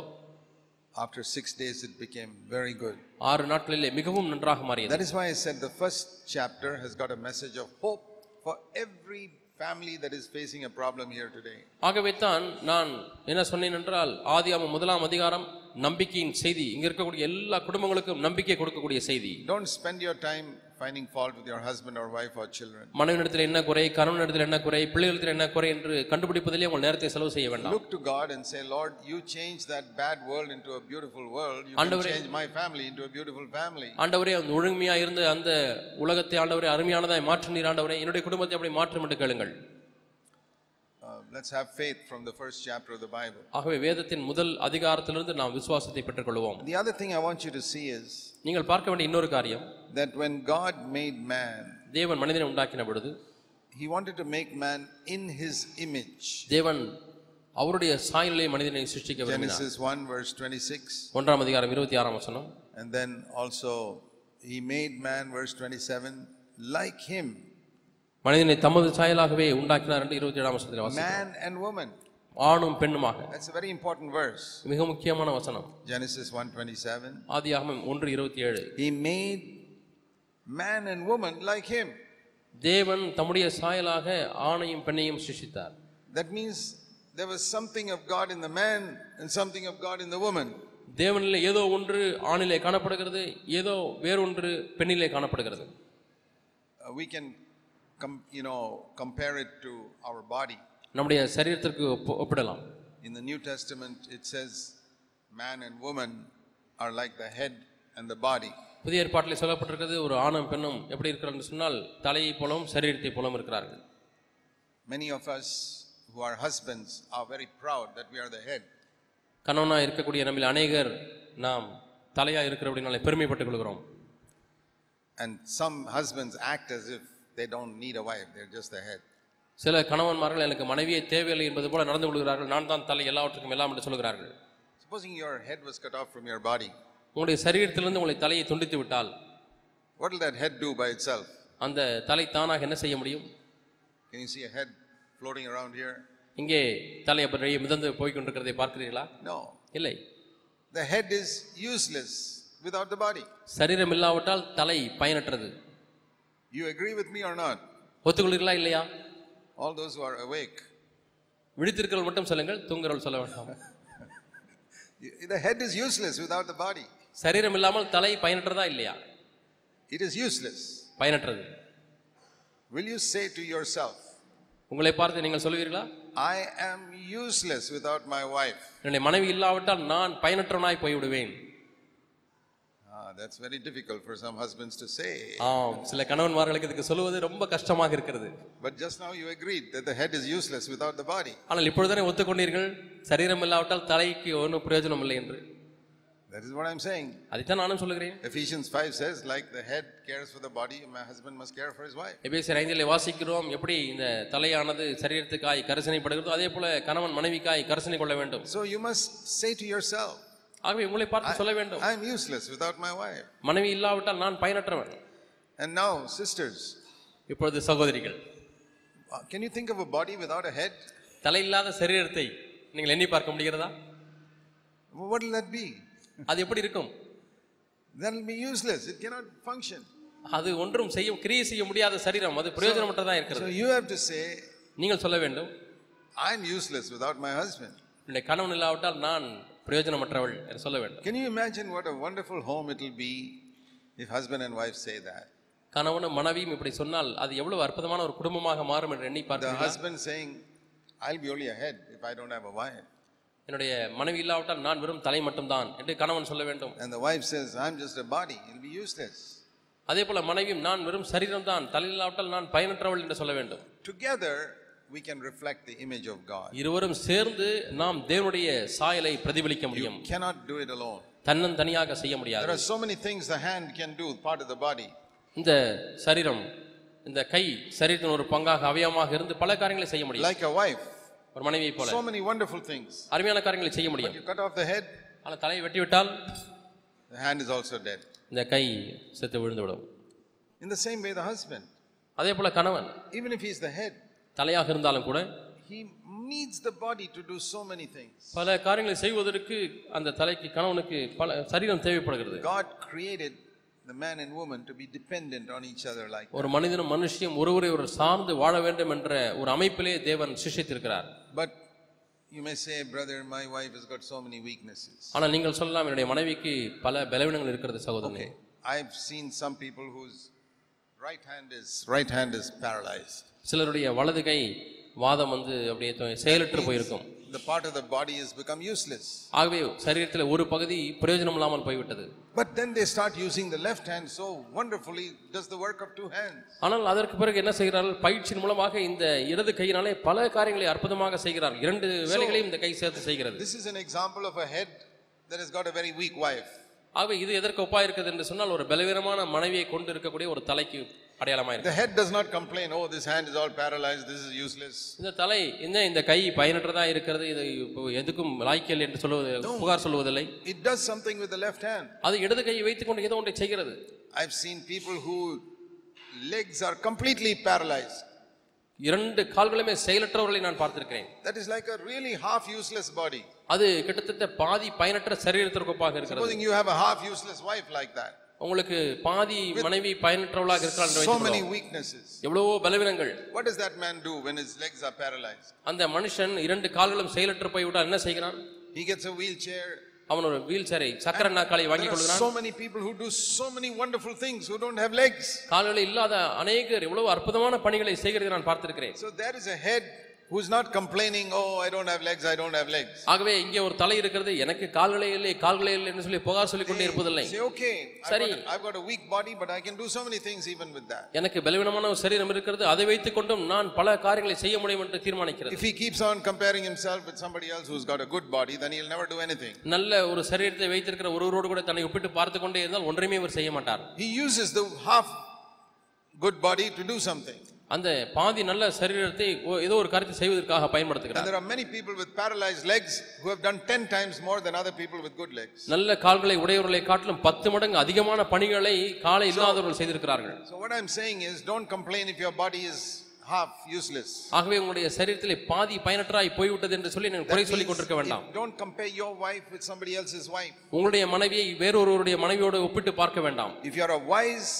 S1: after six days it became very good.
S2: ஆறு நாட்களிலே மிகவும் நன்றாக மாறியது
S1: That is why I said the first chapter has got a message of hope for every family that is facing a problem here today.
S2: ஆகவே தான் நான் என்ன சொன்னேன் என்றால் ஆதியாமம் முதலாம் அதிகாரம் நம்பிக்கையின் செய்தி இங்க இருக்கக்கூடிய எல்லா குடும்பங்களுக்கும் நம்பிக்கை கொடுக்கக்கூடிய செய்தி
S1: Don't spend your time finding fault with your husband or wife or children.
S2: மனைவிடத்தில் என்ன குறை கணவனிடத்தில் என்ன குறை பிள்ளைகளிடத்தில் என்ன குறை என்று கண்டுபிடிப்பதிலே உங்கள் நேரத்தை செலவு செய்ய வேண்டாம்
S1: Look to God and say, Lord, you changed that bad world into a beautiful world. You can
S2: ஆண்டவரே.
S1: change my family into a beautiful family.
S2: ஆண்டவரே அந்த ஒழுமையா இருந்த அந்த உலகத்தை ஆண்டவரே அருமையானதாய் மாற்றினீர் ஆண்டவரே என்னுடைய குடும்பத்தை அப்படி மாற்றும் என்று கேளுங்கள்
S1: Uh, let's have faith from the first chapter of the Bible.
S2: ஆகவே வேதத்தின் முதல் அதிகாரத்திலிருந்து நாம் விசுவாசத்தை பெற்றுக்கொள்வோம்
S1: The other thing I want you to see is
S2: நீங்கள் பார்க்க வேண்டிய இன்னொரு காரியம்
S1: that when God made man,
S2: தேவன் மனிதனை உண்டாக்கின பொழுது
S1: he wanted to make man in his image.
S2: தேவன் அவருடைய சாயலிலே மனிதனை சிருஷ்டிக்க விரும்பினார்
S1: Genesis 1, verse 26.
S2: ஒன்றாம் அதிகாரம் இருபத்தி ஆறாம் வசனம்
S1: And then also, he made man, verse 27, like him,
S2: மனிதனை தமது சாயலாகவே உண்டாக்கினார் என்று இருபத்தி ஏழாம் வசனத்தில் வாசி
S1: man and woman.
S2: ஆணும் பெண்ணுமாக
S1: That's a very important verse.
S2: மிக முக்கியமான வசனம்
S1: Genesis 1 27.
S2: ஆதியாகமம் ஒன்று இருபத்தி ஏழு
S1: He made man and woman like him.
S2: தேவன் தம்முடைய சாயலாக ஆணையும் பெண்ணையும் சிருஷ்டித்தார்
S1: That means there was something of God in the man and something of God in the woman.
S2: தேவனிலே ஏதோ ஒன்று ஆணிலே காணப்படுகிறது ஏதோ வேறொன்று பெண்ணிலே காணப்படுகிறது
S1: Uh, we can, com- you know, compare it to our body.
S2: நம்முடைய சரீரத்திற்கு ஒப்பு- ஒப்பிடலாம்
S1: In the New Testament, it says man and woman are like the head and the body.
S2: புதிய ஏற்பாட்டில் சொல்லப்பட்டிருக்கிறது ஒரு ஆணும் பெண்ணும் எப்படி இருக்கிறார்கள் சொன்னால் தலையை போலவும் சரீரத்தை போலவும் இருக்கிறார்கள்
S1: Many of us who are husbands are very proud that we are the head.
S2: கணவனாக இருக்கக்கூடிய நம்மில் அநேகர் நாம் தலையாக இருக்கிற அப்படின்னாலே பெருமைப்பட்டுக் கொள்கிறோம்
S1: And some husbands act as if they don't need a wife, they're just the head.
S2: சில கணவன்மார்கள் எனக்கு மனைவியே தேவையில்லை என்பது போல நடந்து கொள்கிறார்கள் நான் தான் தலை எல்லாவற்றுக்கும் எல்லாம் என்று சொல்கிறார்கள்
S1: Supposing your head was cut off from your body,
S2: உங்களுடைய சரீரத்திலிருந்து உங்களை தலையை துண்டித்து விட்டால்
S1: what will that head do by itself?
S2: அந்த தலை தானாக என்ன செய்ய முடியும்
S1: Can you see a head floating around here?
S2: இங்கே தலை அப்படியே மிதந்து போய் கொண்டிருக்கிறதை பார்க்கிறீர்களா
S1: No.
S2: இல்லை
S1: The head is useless without the body.
S2: சரீரம் இல்லாவிட்டால் தலை பயனற்றது
S1: You agree with me or not?
S2: ஒத்துக்கொள்கிறீர்களா இல்லையா
S1: All those who are awake,
S2: விழித்திருக்கிறவர்கள் மட்டும் சொல்லுங்கள் தூங்குறவள் சொல்ல வேண்டாம்
S1: The head is useless without the body.
S2: சரீரம் இல்லாமல் தலை பயனற்றதா இல்லையா
S1: It is useless.
S2: பயனற்றது
S1: Will you say to yourself,
S2: உங்களை பார்த்து நீங்கள் சொல்லுவீர்களா
S1: I am useless without my wife?
S2: என்னுடைய மனைவி இல்லாவிட்டால் நான் பயனற்றவனாய் போய்விடுவேன்
S1: Ah, that's very difficult for some husbands to say.
S2: ஆம் சில கணவன்மார்களுக்கு இதுக்கு சொல்லுவது ரொம்ப கஷ்டமாக இருக்கிறது
S1: But just now you agreed that the head is useless without the body.
S2: ஆனால் இப்பொழுதுதானே ஒத்துக்கொண்டீர்கள் சரீரம் இல்லாவிட்டால் தலைக்கு ஒன்றும் பிரயோஜனம் இல்லை என்று
S1: That is what I'm saying.
S2: அதைத்தான் நானும் சொல்லுகிறேன்
S1: Ephesians 5 says, like the head cares for the body, my husband must care for his wife.
S2: எபேசியர் ஐந்திலே வாசிக்கிறோம் எப்படி இந்த தலையானது சரீரத்துக்காய் கரிசனைப்படுகிறதோ அதே போல கணவன் மனைவிக்காய் கரிசனை கொள்ள வேண்டும்
S1: So you must say to yourself,
S2: ஆகவே உங்களை பார்த்து சொல்ல வேண்டும்
S1: I'm useless without my wife.
S2: மனைவி இல்லாவிட்டால் நான் பயனற்றவன்
S1: And now, sisters,
S2: இப்பொழுது சகோதரிகள்
S1: uh, can you think of a body without a head?
S2: தலையில்லாத சரீரத்தை நீங்கள் எண்ணி பார்க்க முடிகிறதா
S1: What will that be?
S2: அது எப்படி இருக்கும்
S1: That'll be useless. It cannot function.
S2: அது ஒன்றும் செய்ய கிரியை செய்ய முடியாத சரீரம் அது பிரயோஜனமற்றதா
S1: So
S2: இருக்கிறது
S1: you have to say,
S2: நீங்கள் சொல்ல வேண்டும்
S1: I'm useless without my husband.
S2: என்னுடைய கணவன் இல்லாவிட்டால் நான் பிரயோஜனமற்றவள் என்று சொல்ல வேண்டும்
S1: Can you imagine what a wonderful home it'll be if husband and wife say that?
S2: கணவனும் மனைவியும் இப்படி சொன்னால் அது எவ்வளவு அற்புதமான ஒரு குடும்பமாக மாறும் என்று எண்ணி
S1: The
S2: பார்க்கிறீர்களா
S1: husband saying, I'll be only a head if I don't have a wife.
S2: என்னுடைய மனைவி இல்லாவிட்டால் நான் வெறும் தலை மட்டும்தான் என்று கணவன் சொல்ல வேண்டும்
S1: And the wife says, I'm just a body. It'll be useless.
S2: அதே போல மனைவியும் நான் வெறும் சரீரம்தான் தலை இல்லாவிட்டால் நான் பயனற்றவள் என்று சொல்ல வேண்டும்
S1: Together, we can reflect the image of God.
S2: இருவரும் சேர்ந்து நாம் தேவனுடைய சாயலை பிரதிபலிக்க முடியும்
S1: Cannot do it alone.
S2: தன்னன் தனியாக செய்ய
S1: There
S2: முடியாது
S1: are so many things the hand can do, part of the body.
S2: இந்த சரீரம் இந்த கை சரீரத்தின் ஒரு பங்காக அவயமாக இருந்து பல காரியங்களை செய்ய முடியும்
S1: Like a wife,
S2: ஒரு மனைவியை போல
S1: so many wonderful things.
S2: அருமையான காரியங்களை செய்ய முடியும்
S1: You cut off the head,
S2: ஆனால் தலையை வெட்டிவிட்டால்
S1: the hand is also dead.
S2: இந்த கை செத்து விழுந்துவிடும்
S1: In the same way, the husband,
S2: அதே போல கணவன்
S1: even if he's the head,
S2: தலையாக இருந்தாலும் கூட
S1: he needs the body to do so many things.
S2: பல காரியங்களை செய்வதற்கு அந்த தலைக்கு கணவனுக்கு பல சரீரம் தேவைப்படுகிறது
S1: God created the man and woman to be dependent on each other like
S2: ஒரு மனிதனும் மனுஷியும் ஒருவரை ஒரு சார்ந்து வாழ வேண்டும் என்ற ஒரு அமைப்பிலே தேவன் சிருஷ்டித்திருக்கிறார்
S1: But you may say, brother, my wife has got so many weaknesses.
S2: ஆனால் நீங்கள் சொல்லலாம் என்னுடைய மனைவிக்கு பல பலவீனங்கள் இருக்கிறது சகோதரனே
S1: I've seen some people whose right hand is right hand is paralyzed.
S2: சிலருடைய வலது கை வாதம் வந்து அப்படியே தொ- செயலற்று போயிருக்கும்
S1: The part of the body has become useless.
S2: ஆகவே சரீரத்தில் ஒரு பகுதி பிரயோஜனம் இல்லாமல் போய்விட்டது
S1: But then they start using the left hand so wonderfully does the work of two hands.
S2: ஆனால் அதற்கு பிறகு என்ன செய்கிறார்கள் பயிற்சியின் மூலமாக இந்த இடது கையினாலே பல காரியங்களை அற்புதமாக செய்கிறார் இரண்டு வேலைகளையும் இந்த கை சேர்த்து செய்கிறது
S1: This is an example of a head that has got a very weak wife.
S2: ஆகவே இது எதற்கு ஒப்பா இருக்குது என்று சொன்னால் ஒரு பலவீனமான மனைவியை கொண்டு இருக்கக்கூடிய ஒரு தலைக்கு அடையாளமாக
S1: The
S2: இருக்கு
S1: head does not complain, oh, this hand is all paralyzed, this is useless.
S2: இந்த தலை என்ன இந்த கை பயனற்றதா இருக்கிறது இது இப்போ எதுக்கும் லாய்க்கல் என்று சொல்லுவது புகார் சொல்வதில்லை
S1: It does something with the left hand.
S2: அது இடது கையை வைத்துக்கொண்டு ஏதோ ஒன்றை செய்கிறது
S1: I've seen people who legs are completely paralyzed.
S2: இரண்டு கால்களுமே செயலற்றவர்களை நான் பார்த்திருக்கிறேன்
S1: That is like a really half useless body.
S2: அது கிட்டத்தட்ட பாதி பயனற்ற சரீரத்திற்கு ஒப்பாக இருக்கிறது
S1: Supposing you have a half useless wife like that.
S2: உங்களுக்கு பாதி மனைவி பயனற்றவளாக இருக்கிறாள் என்று
S1: So many
S2: வைத்துக்கொள்வோம்.
S1: weaknesses.
S2: எவ்வளவோ பலவீனங்கள்
S1: What does that man do when his legs are paralyzed?
S2: அந்த மனுஷன் இரண்டு கால்களும் செயலற்று போய்விட்டால் என்ன செய்கிறான்
S1: He gets a wheelchair.
S2: அவன் ஒரு வீல் சேரை சக்கர நாக்காளி வாங்கி
S1: There are
S2: கொள்கிறான்
S1: so many people who do so many wonderful things who don't have legs.
S2: கால்கள் இல்லாத அநேகர் எவ்வளவு அற்புதமான பணிகளை செய்கிறது நான் பார்த்திருக்கிறேன்
S1: So there is a head who's not complaining, oh, I don't have legs, I don't have legs.
S2: ஆகவே இங்கே ஒரு தலை இருக்கிறது எனக்கு கால்களே இல்லை கால்களே இல்லை என்று சொல்லி புகார் சொல்லிக் கொண்டே இருப்பதில்லை
S1: Say, okay, I've
S2: Sorry.
S1: got, a- I've got a weak body, but I can do so many things even with that.
S2: எனக்கு பலவீனமான ஒரு சரீரம் இருக்கிறது அதை வைத்துக் கொண்டும் நான் பல காரியங்களை செய்ய முடியும் என்று தீர்மானிக்கிறது
S1: If he keeps on comparing himself with somebody else who's got a good body, then he'll never do anything.
S2: நல்ல ஒரு சரீரத்தை வைத்திருக்கிற ஒருவரோடு கூட தன்னை ஒப்பிட்டு பார்த்து கொண்டே இருந்தால் ஒன்றையுமே இவர் செய்ய மாட்டார்
S1: He uses the half good body to do something.
S2: அந்த பாதி நல்ல சரீரத்தை ஒ- ஏதோ ஒரு காரியத்தை செய்வதற்காக
S1: And
S2: பயன்படுத்துகிறார்
S1: there are many people with paralyzed legs who have done 10 times more than other people with good legs.
S2: நல்ல கால்களை உடையவர்களை காட்டிலும் பத்து மடங்கு அதிகமான பணிகளை காலை இல்லாதவர்கள் செய்திருக்கிறார்கள்
S1: So, what I'm saying is, don't complain if your body is half useless.
S2: ஆகவே உங்களுடைய சரீரத்திலே பாதி பயனற்றாய் போய்விட்டது என்று சொல்லி நீங்கள் குறை சொல்லிக்
S1: Means
S2: கொண்டிருக்க வேண்டாம்
S1: if- Don't compare your wife with somebody else's wife.
S2: உங்களுடைய மனைவியை வேறொருவருடைய மனைவியோடு ஒப்பிட்டு பார்க்க வேண்டாம்
S1: If you're a wise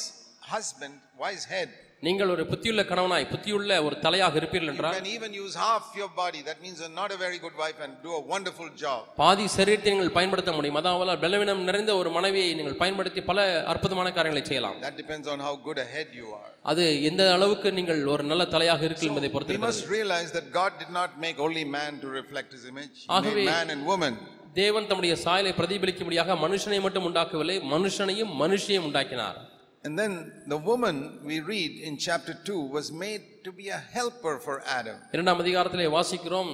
S1: husband, wise head,
S2: நீங்கள் ஒரு புத்தியுள்ள கணவனாய் புத்தியுள்ள ஒரு தலையாக இருப்பீர்கள்
S1: You
S2: என்றால்
S1: can even use half your body. That means you're not a very good wife and do a wonderful job.
S2: பாதி சரீரத்தை நீங்கள் பயன்படுத்த முடியும் அதாவது பலவீனம் நிறைந்த ஒரு மனைவியை நீங்கள் பயன்படுத்தி பல அற்புதமான காரியங்களை செய்யலாம்
S1: That depends on how good a head you are.
S2: அது எந்த அளவுக்கு நீங்கள் ஒரு நல்ல தலையாக இருக்கீர்கள் என்பதை பொறுத்து
S1: We
S2: இருக்கிறது.
S1: must realize that God did not make only man to reflect his image. He
S2: ஆகவே-
S1: made man and woman.
S2: தேவன் தம்முடைய சாயலை பிரதிபலிக்கும்படியாக மனுஷனை மட்டும் உண்டாக்கவில்லை மனுஷனையும் மனுஷியையும் உண்டாக்கினார்
S1: And then the woman we read in chapter 2 was made to be a helper for Adam.
S2: இரண்டாம் அதிகாரத்திலே வாசிக்கிறோம்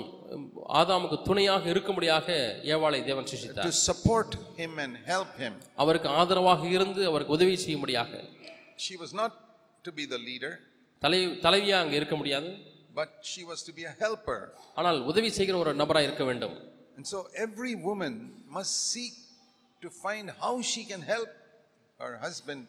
S2: ஆதாமுக்கு துணையாக இருக்கும்படியாக ஏவாளை தேவன் சிருஷ்டித்தார்
S1: to support him and help him.
S2: அவருக்கு ஆதரவாக இருந்து அவருக்கு உதவி செய்யும்படியாக
S1: She was not to be the leader,
S2: தலை தலைவியா அங்கே இருக்க முடியாது
S1: but she was to be a helper.
S2: ஆனால் உதவி செய்கிற ஒரு நபராக இருக்க வேண்டும்
S1: And so every woman must seek to find how she can help her husband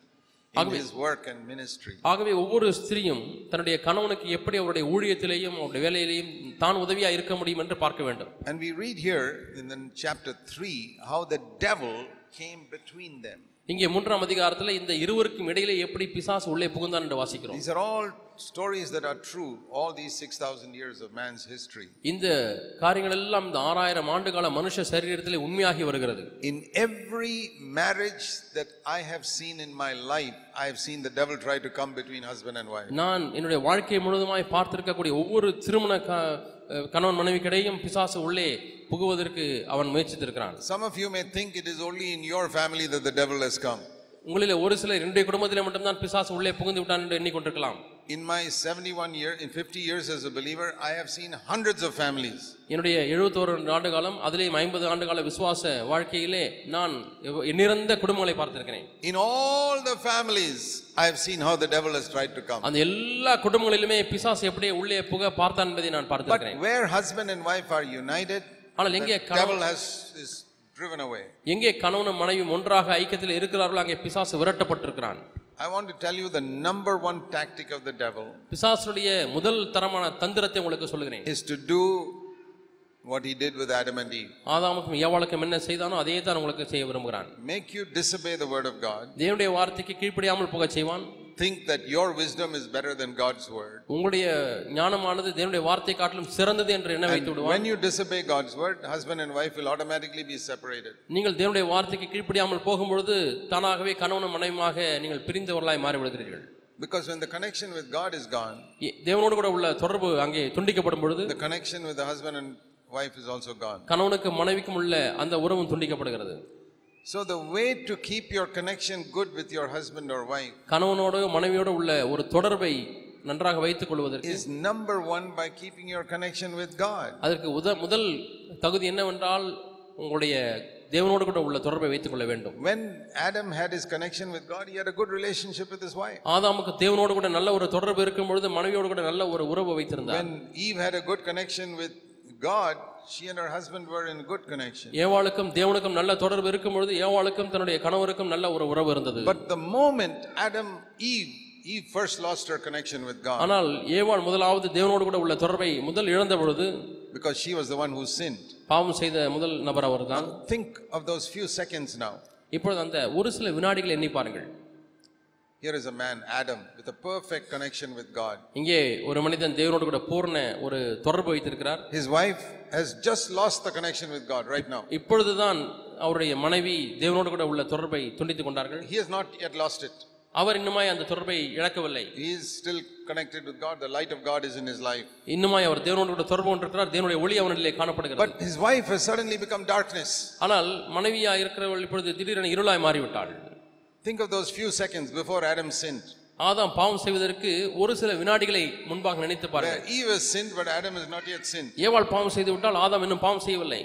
S1: in
S2: ஆகவே-
S1: his work and ministry.
S2: ஆகவே ஒவ்வொரு ஸ்திரியும் தன்னுடைய கணவனுக்கு எப்படி அவருடைய ஊழியத்திலேயும் அவருடைய வேலையிலேயும் தான் உதவியாக இருக்க முடியும் என்று பார்க்க வேண்டும்
S1: And we read here in the chapter 3 how the devil came between them.
S2: இங்கே மூன்றாம் அதிகாரத்தில் இந்த இருவருக்கும் இடையிலே எப்படி பிசாசு உள்ளே புகுந்தான் என்று வாசிக்கிறோம்
S1: These are all stories that are true, all these 6,000 years of man's history.
S2: இந்த காரியங்கள் எல்லாம் இந்த ஆறாயிரம் ஆண்டுகால மனுஷ சரீரத்திலே உண்மையாகி வருகிறது
S1: In every marriage that I have seen in my life, I have seen the devil try to come between husband and wife.
S2: நான் என்னுடைய வாழ்க்கை முழுதுமாய் பார்த்திருக்கக்கூடிய ஒவ்வொரு திருமண க- கணவன் மனைவிக்கிடையும் பிசாசு உள்ளே புகுவதற்கு அவன் முயற்சித்திருக்கிறான்
S1: Some of you may think it is only in your family that the devil has come.
S2: உங்களிலே ஒரு சிலர் என்னுடைய குடும்பத்திலே மட்டும்தான் பிசாசு உள்ளே புகுந்து விட்டான் என்று எண்ணிக்கொண்டிருக்கலாம்
S1: In my 71 year, in 50 years as a believer, I have seen hundreds of families.
S2: என்னுடைய எழுபத்தோரு ஆண்டு காலம் அதிலேயும் ஐம்பது ஆண்டு கால விசுவாச வாழ்க்கையிலே நான் எவ்வ- எண்ணிறந்த குடும்பங்களை பார்த்திருக்கிறேன்
S1: In all the families, I have seen how the devil has tried to come.
S2: அந்த எல்லா குடும்பங்களிலுமே பிசாசு எப்படியே உள்ளே புக பார்த்தான் என்பதை நான்
S1: But
S2: பார்த்திருக்கிறேன்
S1: where husband and wife are united,
S2: ஆனால் எங்கே
S1: the
S2: கணவன்
S1: devil has is driven away.
S2: எங்கே கணவனும் மனைவியும் ஒன்றாக ஐக்கியத்தில் இருக்கிறார்களோ அங்கே பிசாசு விரட்டப்பட்டிருக்கிறான்
S1: I want to tell you the number one tactic of the devil
S2: பிசாசுடைய முதல் தரமான தந்திரத்தை உங்களுக்கு சொல்லுகிறேன்
S1: is to do what he did with Adam and Eve.
S2: ஆதாமுக்கும் ஏவாளுக்கும் என்ன செய்தானோ அதே தான் உங்களுக்கு செய்ய விரும்புகிறான்
S1: Make you disobey the word of God,
S2: தேவனுடைய வார்த்தைக்கு கீழ்ப்படியாமல் போகச் செய்வான்
S1: think that your wisdom is better than God's word.
S2: உங்களுடைய ஞானமானது தேவனுடைய வார்த்தை காட்டிலும் சிறந்தது என்று எண்ண வைத்து விடுவான்
S1: When you disobey God's word, husband and wife will automatically be separated.
S2: நீங்கள் தேவனுடைய வார்த்தைக்கு கீழ்ப்படியாமல் போகும்பொழுது தானாகவே கணவனும் மனைவியுமாக நீங்கள் பிரிந்தவர்களாய் மாறிவிடுகிறீர்கள்
S1: Because when the connection with God is gone,
S2: ஏ- தேவனோடு கூட உள்ள தொடர்பு அங்கே துண்டிக்கப்படும் பொழுது
S1: the connection with the husband and wife is also gone.
S2: கணவனுக்கும் மனைவிக்கும் உள்ள அந்த உறவும் துண்டிக்கப்படுகிறது
S1: So, the way to keep your connection good with your husband or wife
S2: கணவனோடு மனைவியோடு உள்ள ஒரு தொடர்பை நன்றாக வைத்துக் கொள்வதற்கு
S1: is number one by keeping your connection with God.
S2: அதற்கு உத முதல் தகுதி என்னவென்றால் உங்களுடைய தேவனோடு கூட உள்ள தொடர்பை வைத்துக் கொள்ள வேண்டும்
S1: When Adam had his connection with God, he had a good relationship with his wife.
S2: ஆதாமுக்கு தேவனோடு கூட நல்ல ஒரு தொடர்பு இருக்கும் பொழுது மனைவியோடு கூட நல்ல ஒரு உறவு வைத்திருந்தார்
S1: When Eve had a good connection with God, she and her husband were in good connection.
S2: ஏவாளுக்கும் தேவனுக்கும் நல்ல தொடர்பு இருக்கும் பொழுது ஏவாளுக்கும் தன்னுடைய கணவருக்கும் நல்ல ஒரு உறவு இருந்தது
S1: But the moment Adam, Eve, Eve first lost her connection with God
S2: ஆனால் ஏவாள் முதலாவது தேவனோடு கூட உள்ள தொடர்பை முதல் இழந்த பொழுது
S1: because she was the one who sinned.
S2: பாவம் செய்த முதல் நபர் அவர்தான்
S1: Think of those few seconds now.
S2: இப்பொழுது அந்த ஒரு சில வினாடிகளை எண்ணி பாருங்கள்
S1: Here is a man, Adam, with a perfect connection with God.
S2: இங்கே ஒரு மனிதன் தேவனோடு கூட பூர்ண ஒரு தொடர்பு வைத்திருக்கிறார்
S1: His wife has just lost the connection with God right now.
S2: இப்பொழுதுதான் அவருடைய மனைவி தேவனோடு கூட உள்ள தொடர்பை துண்டித்துக் கொண்டார்கள்
S1: He has not yet lost it.
S2: அவர் இன்னுமாய் அந்த தொடர்பை இழக்கவில்லை
S1: He is still connected with God. The light of God is in his life.
S2: இன்னுமாய் அவர் தேவனோடு கூட தொடர்பு கொண்டிருக்கிறார் தேவனுடைய ஒளி அவனிலே காணப்படுகிறது
S1: But his wife has suddenly become darkness.
S2: ஆனால் மனைவியா இருக்கிறவள் இப்பொழுது திடீரென இருளாய் மாறிவிட்டாள்
S1: Think of those few seconds before Adam sinned.
S2: ஆதாம் பாவம் செய்வதற்கு ஒரு சில வினாடிகளை முன்பாக நினைத்து பாருங்கள்
S1: Where Eve has sinned, but Adam has not yet sinned.
S2: ஏவாள் பாவம் செய்து விட்டால் ஆதாம் இன்னும் பாவம் செய்யவில்லை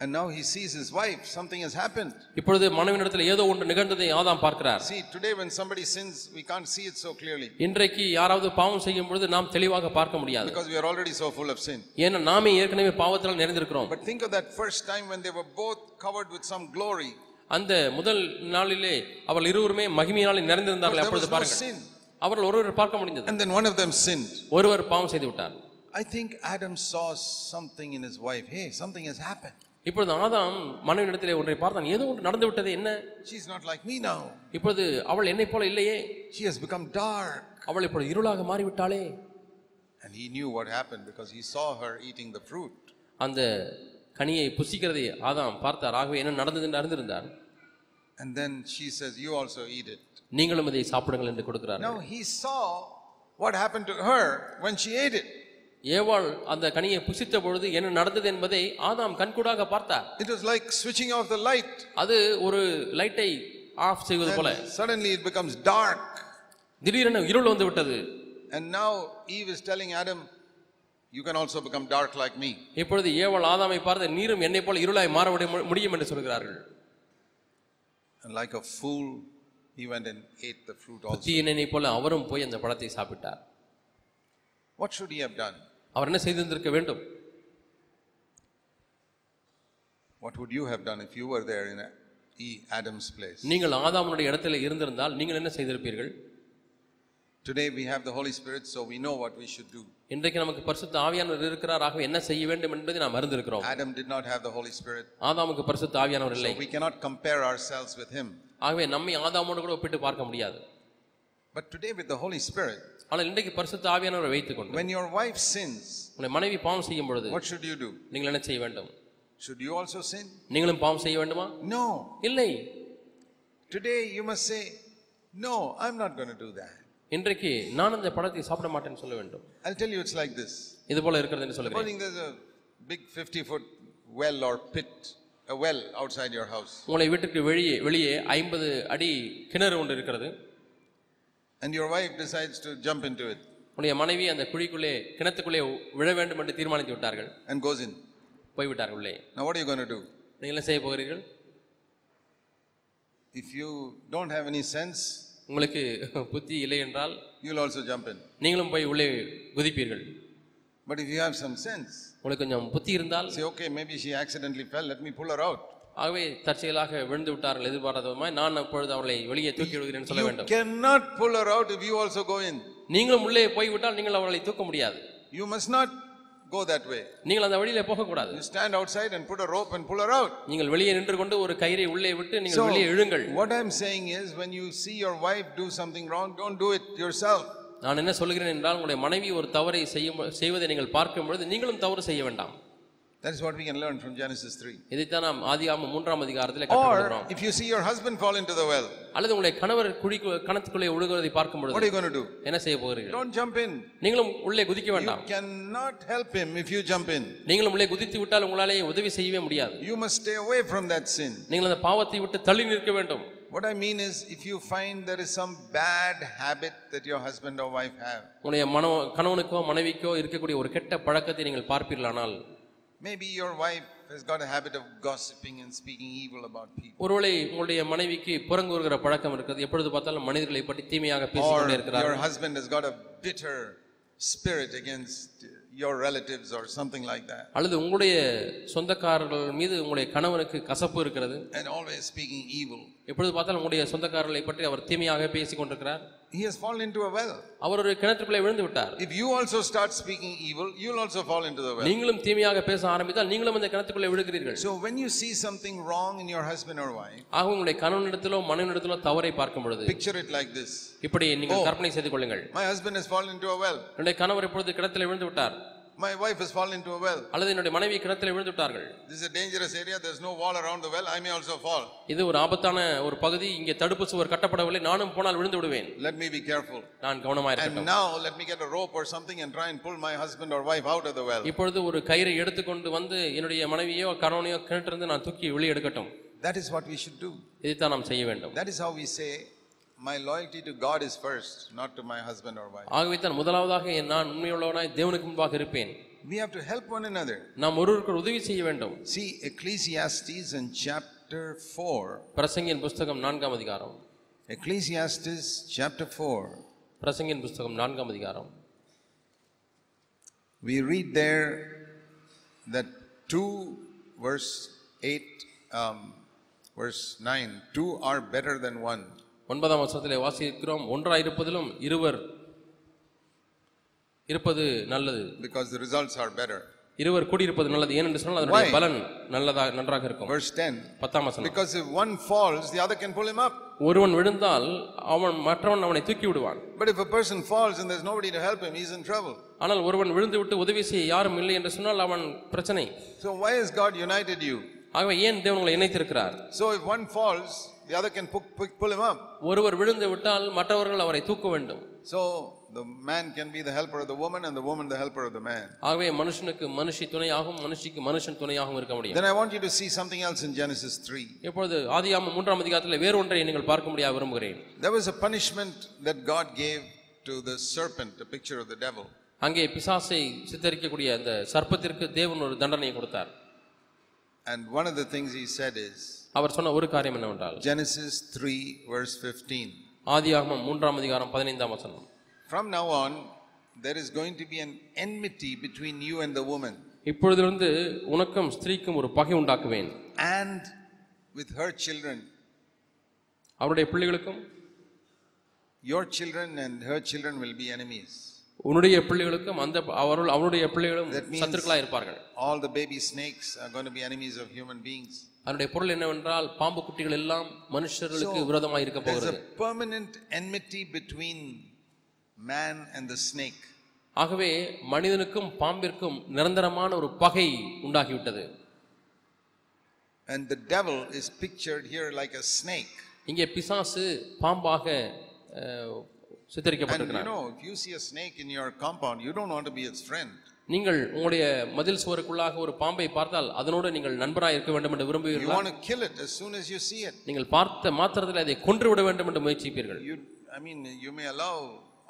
S1: And now he sees his wife. Something has happened.
S2: இப்பொழுது மனைவியிடத்தில் ஏதோ ஒன்று நிகழ்ந்ததை ஆதாம் பார்க்கிறார்
S1: See, today when somebody sins, we can't see it so clearly
S2: இன்றைக்கு யாராவது பாவம் செய்யும் பொழுது நாம் தெளிவாக பார்க்க முடியாது
S1: because we are already so full of sin.
S2: ஏன்னா நாமே ஏற்கனவே பாவத்தால் நிறைந்திருக்கிறோம்
S1: But think of that first time when they were both covered with some glory.
S2: அந்த முதல் நாளிலே அவள் இருவருமே மகிமையினாலே நிறைந்திருந்தார்கள்
S1: There
S2: அப்பொழுது
S1: was no
S2: பாருங்கள்
S1: sin.
S2: அவர்கள் ஒருவர் பார்க்க முடிந்தது
S1: And then one of them sinned.
S2: ஒருவர் பாவம் செய்து விட்டார்
S1: I think Adam saw something in his wife. Hey, something has happened.
S2: இப்பொழுது ஆதாம் மனைவியிடத்திலே ஒன்றை பார்த்தான் ஏதோ ஒன்று நடந்து விட்டது என்ன
S1: She's not like me now.
S2: இப்பொழுது அவள் என்னைப் போல இல்லையே
S1: She has become dark.
S2: அவள் இப்பொழுது இருளாக மாறிவிட்டாளே
S1: And he knew what happened because he saw her eating the fruit.
S2: அந்த கனியை புசிக்கிறதை ஆதாம் பார்த்தார் ஆகவே என்ன நடந்தது என்று அறிந்திருந்தார்
S1: And then she says, You also eat it.
S2: நீங்களும் இதை சாப்பிடுங்கள் என்று கொடுக்கிறார்
S1: Now he saw what happened to her when she ate it.
S2: ஏவாள் அந்த கனியை புசித்த பொழுது என்ன நடந்தது என்பதை ஆதாம் கண்கூடாக பார்த்தார்
S1: It was like switching off the light.
S2: அது ஒரு லைட்டை ஆஃப் செய்வது போல
S1: And suddenly it becomes dark.
S2: திடீரென இருள் வந்து விட்டது
S1: And now Eve is telling Adam, You can also become dark like me.
S2: இப்பொழுது ஏவாள் ஆதாமை பார்த்து நீரும் என்னைப் போல இருளாய் மாற விட- முடியும் என்று சொல்கிறார்கள்
S1: And like a fool, he went and ate the fruit also.
S2: தீயனை போல அவரும் போய் அந்த பழத்தை சாப்பிட்டார்
S1: What should he have done?
S2: அவர் என்ன செய்திருந்திருக்க வேண்டும்
S1: What would you have done if you were there in uh, E- Adam's place?
S2: நீங்கள் ஆதாமனுடைய இடத்துல இருந்திருந்தால் நீங்கள் என்ன செய்திருப்பீர்கள்
S1: Today we have the Holy Spirit, so we know what we should do.
S2: இன்றைக்கு நமக்கு பரிசுத்த ஆவியானவர் இருக்கிறார் ஆகவே என்ன செய்ய வேண்டும் என்பதை நாம் அறிந்திருக்கிறோம்
S1: Adam did not have the Holy Spirit,
S2: ஆதாமுக்கு பரிசுத்த ஆவியானவர் இல்லை
S1: so we cannot compare ourselves with him.
S2: ஆகவே நம்மை ஆதாமோடு கூட ஒப்பிட்டு பார்க்க முடியாது
S1: But today, with the Holy Spirit,
S2: ஆனால் இன்றைக்கு பரிசுத்த ஆவியானவரை வைத்துக்கொண்டு
S1: when your wife sins,
S2: உங்களை மனைவி பாவம் செய்யும் பொழுது
S1: what should you do?
S2: நீங்கள் என்ன செய்ய வேண்டும்
S1: Should you also sin?
S2: நீங்களும் பாவம் செய்ய வேண்டுமா
S1: No.
S2: இல்லை
S1: Today, you must say, No, I'm not going to do that.
S2: இன்றைக்கு நான் அந்த பழத்தை சாப்பிட மாட்டேன்னு சொல்ல வேண்டும்
S1: I'll tell you, it's like this.
S2: இது போல இருக்கிறது என்று சொல்லுகிறேன்
S1: Supposing there's a big 50 foot well or pit, a well outside your house,
S2: உங்களை வீட்டுக்கு வெளியே வெளியே ஐம்பது அடி கிணறு ஒன்று இருக்கிறது
S1: and your wife decides to jump into it
S2: உன்னுடைய மனைவி அந்த குழிக்குள்ளே கிணத்துக்குள்ளே விழ வேண்டும் என்று தீர்மானித்து விட்டார்கள்
S1: and goes in.
S2: போய்விட்டார்கள் உள்ளே
S1: Now, what are you going to do?
S2: நீங்கள் என்ன செய்ய போகிறீர்கள்
S1: If you don't have any sense,
S2: உங்களுக்கு புத்தி இல்லை என்றால்
S1: you'll also jump in.
S2: நீங்களும் போய் உள்ளே குதிப்பீர்கள்
S1: But if you have some sense,
S2: உங்களுக்கு கொஞ்சம் புத்தி இருந்தால்
S1: say, okay, maybe she accidentally fell, let me pull her out.
S2: ஆகவே தற்செயலாக விழுந்து விட்டார்கள் எதிர்பாராத விதமாய் நான் அப்பொழுது அவளை வெளியே தூக்கி விடுகிறேன் சொல்ல
S1: You
S2: வேண்டும்
S1: cannot pull her out if you also go in.
S2: நீங்களும் உள்ளே போய்விட்டால் நீங்கள் அவளை தூக்க முடியாது
S1: You must not go that way.
S2: நீங்கள் அந்த வழியிலே போகக்கூடாது
S1: You stand outside and put a rope and pull her out.
S2: நீங்கள் வெளியே நின்று கொண்டு ஒரு கயிறை உள்ளே விட்டு நீங்கள் வெளியே இழுங்கள்
S1: what I'm saying is when you see your wife do something wrong, don't do it yourself.
S2: நான் என்ன சொல்கிறேன் என்றால் உங்களுடைய மனைவி ஒரு தவறை செய்யும் செய்வதை நீங்கள் பார்க்கும் பொழுது நீங்களும் தவறு செய்ய வேண்டாம்
S1: That is what we can learn from Genesis 3.
S2: இதைத்தான் நாம் ஆதியாம மூன்றாம் அதிகாரத்தில்
S1: Or
S2: கற்றுக்கொள்கிறோம்
S1: if you see your husband fall into the well,
S2: அல்லது உங்களுடைய கணவர் குழி கணத்துக்குள்ளே விழுகிறதை பார்க்கும்
S1: what are
S2: பொழுது
S1: you going to do?
S2: என்ன செய்ய போகிறீர்கள்
S1: Don't jump in.
S2: நீங்களும் உள்ளே குதிக்க
S1: You
S2: வேண்டாம்
S1: cannot help him if you jump in.
S2: நீங்களும் உள்ளே குதித்து விட்டால் உங்களாலே உதவி செய்யவே முடியாது
S1: You must stay away from that sin.
S2: நீங்கள் அந்த பாவத்தை விட்டு தள்ளி நிற்க வேண்டும்
S1: What I mean is, if you find there is some bad habit that your husband or wife have,
S2: உங்களுடைய மன கணவனுக்கோ மனைவிக்கோ இருக்கக்கூடிய ஒரு கெட்ட பழக்கத்தை நீங்கள் பார்ப்பீர்களானால்
S1: maybe your wife has got a habit of gossiping and speaking evil about people,
S2: ஒருவேளை உங்களுடைய மனைவிக்கு புறங்கூறுகிற பழக்கம் இருக்கிறது எப்பொழுது பார்த்தாலும் மனிதர்களை பற்றி தீமையாக
S1: or
S2: பேசிக்கொண்டே இருக்கிறார்
S1: your husband has got a bitter spirit against your relatives or something like that,
S2: அல்லது உங்களுடைய சொந்தக்காரர்கள் மீது உங்களுடைய கணவனுக்கு கசப்பு இருக்கிறது
S1: and always speaking evil.
S2: எப்பொழுது பார்த்தாலும் உங்களுடைய சொந்தக்காரர்களை பற்றி அவர் தீமையாக பேசிக் கொண்டிருக்கிறார்
S1: He has fallen into a well.
S2: அவர் ஒரு கிணற்றுக்குள்ளே விழுந்து விட்டார்
S1: If you also start speaking evil, you'll also fall into the well.
S2: நீங்களும் தீமையாக பேச ஆரம்பித்தால் நீங்களும் அந்த கிணத்துக்குள்ளே விழுகிறீர்கள்
S1: So when you see something wrong in your husband or wife,
S2: ஆக உங்களுடைய கணவனிடத்திலோ மனைவிடத்திலோ தவறை பார்க்கும் பொழுது
S1: picture it like this:
S2: இப்படி நீங்கள் கற்பனை செய்து கொள்ளுங்கள்
S1: My husband has fallen into a well.
S2: என்னுடைய கணவர் இப்பொழுது கிணத்துல விழுந்து விட்டார்
S1: My wife has fallen into a well.
S2: அல்லது என்னுடைய மனைவி கிணத்துல விழுந்து விட்டார்கள்
S1: This is a dangerous area. There's no wall around the well. I may also fall.
S2: இது ஒரு ஆபத்தான ஒரு பகுதி இங்கே தடுப்பு சுவர் கட்டப்படவில்லை நானும் போனால் விழுந்து விடுவேன்
S1: Let me be careful.
S2: நான் கவனமாக இருக்கேன்
S1: And now let me get a rope or something and try and pull my husband or wife out of the well.
S2: இப்பொழுது ஒரு கயிறை எடுத்துக்கொண்டு வந்து என்னுடைய மனைவியோ கணவனையோ கிணற்றிருந்து நான் தூக்கி வெளியே எடுக்கட்டும்
S1: That is what we should do.
S2: இதைத்தான் நாம் செய்ய வேண்டும்
S1: That is how we say, My loyalty to God is first, not to my husband or wife.
S2: ஆகவே தான் முதலாவதாக என் நான் உண்மையுள்ளவனாய் தேவனுக்கு முன்பாக இருப்பேன்
S1: We have to help one another.
S2: நாம் ஒருவருக்கு உதவி செய்ய வேண்டும்
S1: See, Ecclesiastes in chapter 4,
S2: பிரசங்கின் புஸ்தகம் நான்காம் அதிகாரம்
S1: Ecclesiastes chapter 4,
S2: பிரசங்கின் புஸ்தகம் நான்காம் அதிகாரம்
S1: we read there that 2 verse 8, um, verse 9, two are better than one.
S2: ஒன்பதாம் வருஷத்திலே வாசிக்கிறோம் ஒன்றாய் இருப்பதிலும் இருவர் இருப்பது நல்லது
S1: because the results are better.
S2: இருவர் கூடியிருப்பது நல்லது ஏனென்று சொன்னால் அதனுடைய பலன் நல்லதா நன்றாக இருக்கும்
S1: Verse 10
S2: பத்தாம் வசனம்
S1: Because if one falls, the other can pull him up.
S2: ஒருவன் விழுந்தால் அவன் மற்றவன் அவனை தூக்கி விடுவான்
S1: But if a person falls and there's nobody to help him, he's in trouble.
S2: ஆனால் ஒருவன் விழுந்து விட்டு உதவி செய்ய யாரும் இல்லை என்று சொன்னால் அவன் பிரச்சனை
S1: So why has God united you?
S2: ஆகவே ஏன் தேவன் உங்களை இணைத்திருக்கிறார்
S1: So if one falls, the other can pu- pu- pull him up.
S2: ஒருவர் விழுந்து விட்டால் மற்றவர்கள் அவரை தூக்க வேண்டும்
S1: So the man can be the helper of the woman and the woman the helper of the man.
S2: ஆகவே மனுஷனுக்கு மனுஷி துணையாகவும் மனுஷிக்கு மனுஷன் துணையாகவும் இருக்க முடியும்
S1: Then I want you to see something else in Genesis 3.
S2: இப்பொழுது ஆதியாமம் மூன்றாம் அதிகாரத்தில் வேறு ஒன்றை நீங்கள் பார்க்க முடியாது விரும்புகிறேன்
S1: There was a punishment that God gave to the serpent, a picture of the devil.
S2: அங்கே பிசாசை சித்தரிக்கக்கூடிய அந்த சர்ப்பத்திற்கு தேவன் ஒரு தண்டனையை கொடுத்தார்
S1: And one of the things he said is
S2: அவர் சொன்ன ஒரு காரியம் என்னவென்றால்
S1: Genesis 3, verse 15.
S2: ஆதியாகமம் மூன்றாம் அதிகாரம் பதினைந்தாம் வசனம்
S1: From now on, there is going to be an enmity between you and the woman,
S2: இப்பொழுதிலிருந்து உனக்கும் ஸ்திரீக்கும் ஒரு பகை உண்டாக்குவேன்
S1: and with her children,
S2: அவருடைய பிள்ளைகளுக்கும்
S1: your children and her children will be enemies.
S2: உன்னுடைய பிள்ளைகளுக்கும் அந்த அவர்கள் அவருடைய பிள்ளைகளும்
S1: That means-
S2: சத்துருக்களாக இருப்பார்கள்
S1: All the baby snakes are going to be enemies of human beings.
S2: அதனுடைய பொருள் என்னவென்றால் பாம்பு குட்டிகள் எல்லாம் மனுஷர்களுக்கு விரோதமாக இருக்க
S1: There's a
S2: போகிறது
S1: permanent enmity between man and the snake.
S2: ஆகவே மனிதனுக்கும் பாம்பிற்கும் நிரந்தரமான ஒரு பகை உண்டாகிவிட்டது
S1: And the devil is pictured here like a snake.
S2: இங்கே பிசாசு பாம்பாக அஹ்,
S1: And you
S2: சித்தரிக்கப்பட்டிருக்கிறார்
S1: know, if you see a snake in your compound, you don't want to be its friend.
S2: நீங்கள் உங்களுடைய மதில் சுவருக்குள்ளாக ஒரு பாம்பை பார்த்தால் அதனோடு நீங்கள் நண்பராக இருக்க வேண்டும் என்று
S1: You
S2: விரும்புவீர்களா
S1: want to kill it as soon as you see it.
S2: நீங்கள் பார்த்த மாத்திரத்தில் அதை கொன்று விட வேண்டும் என்று முயற்சிப்பீர்கள்
S1: You, I mean, you may allow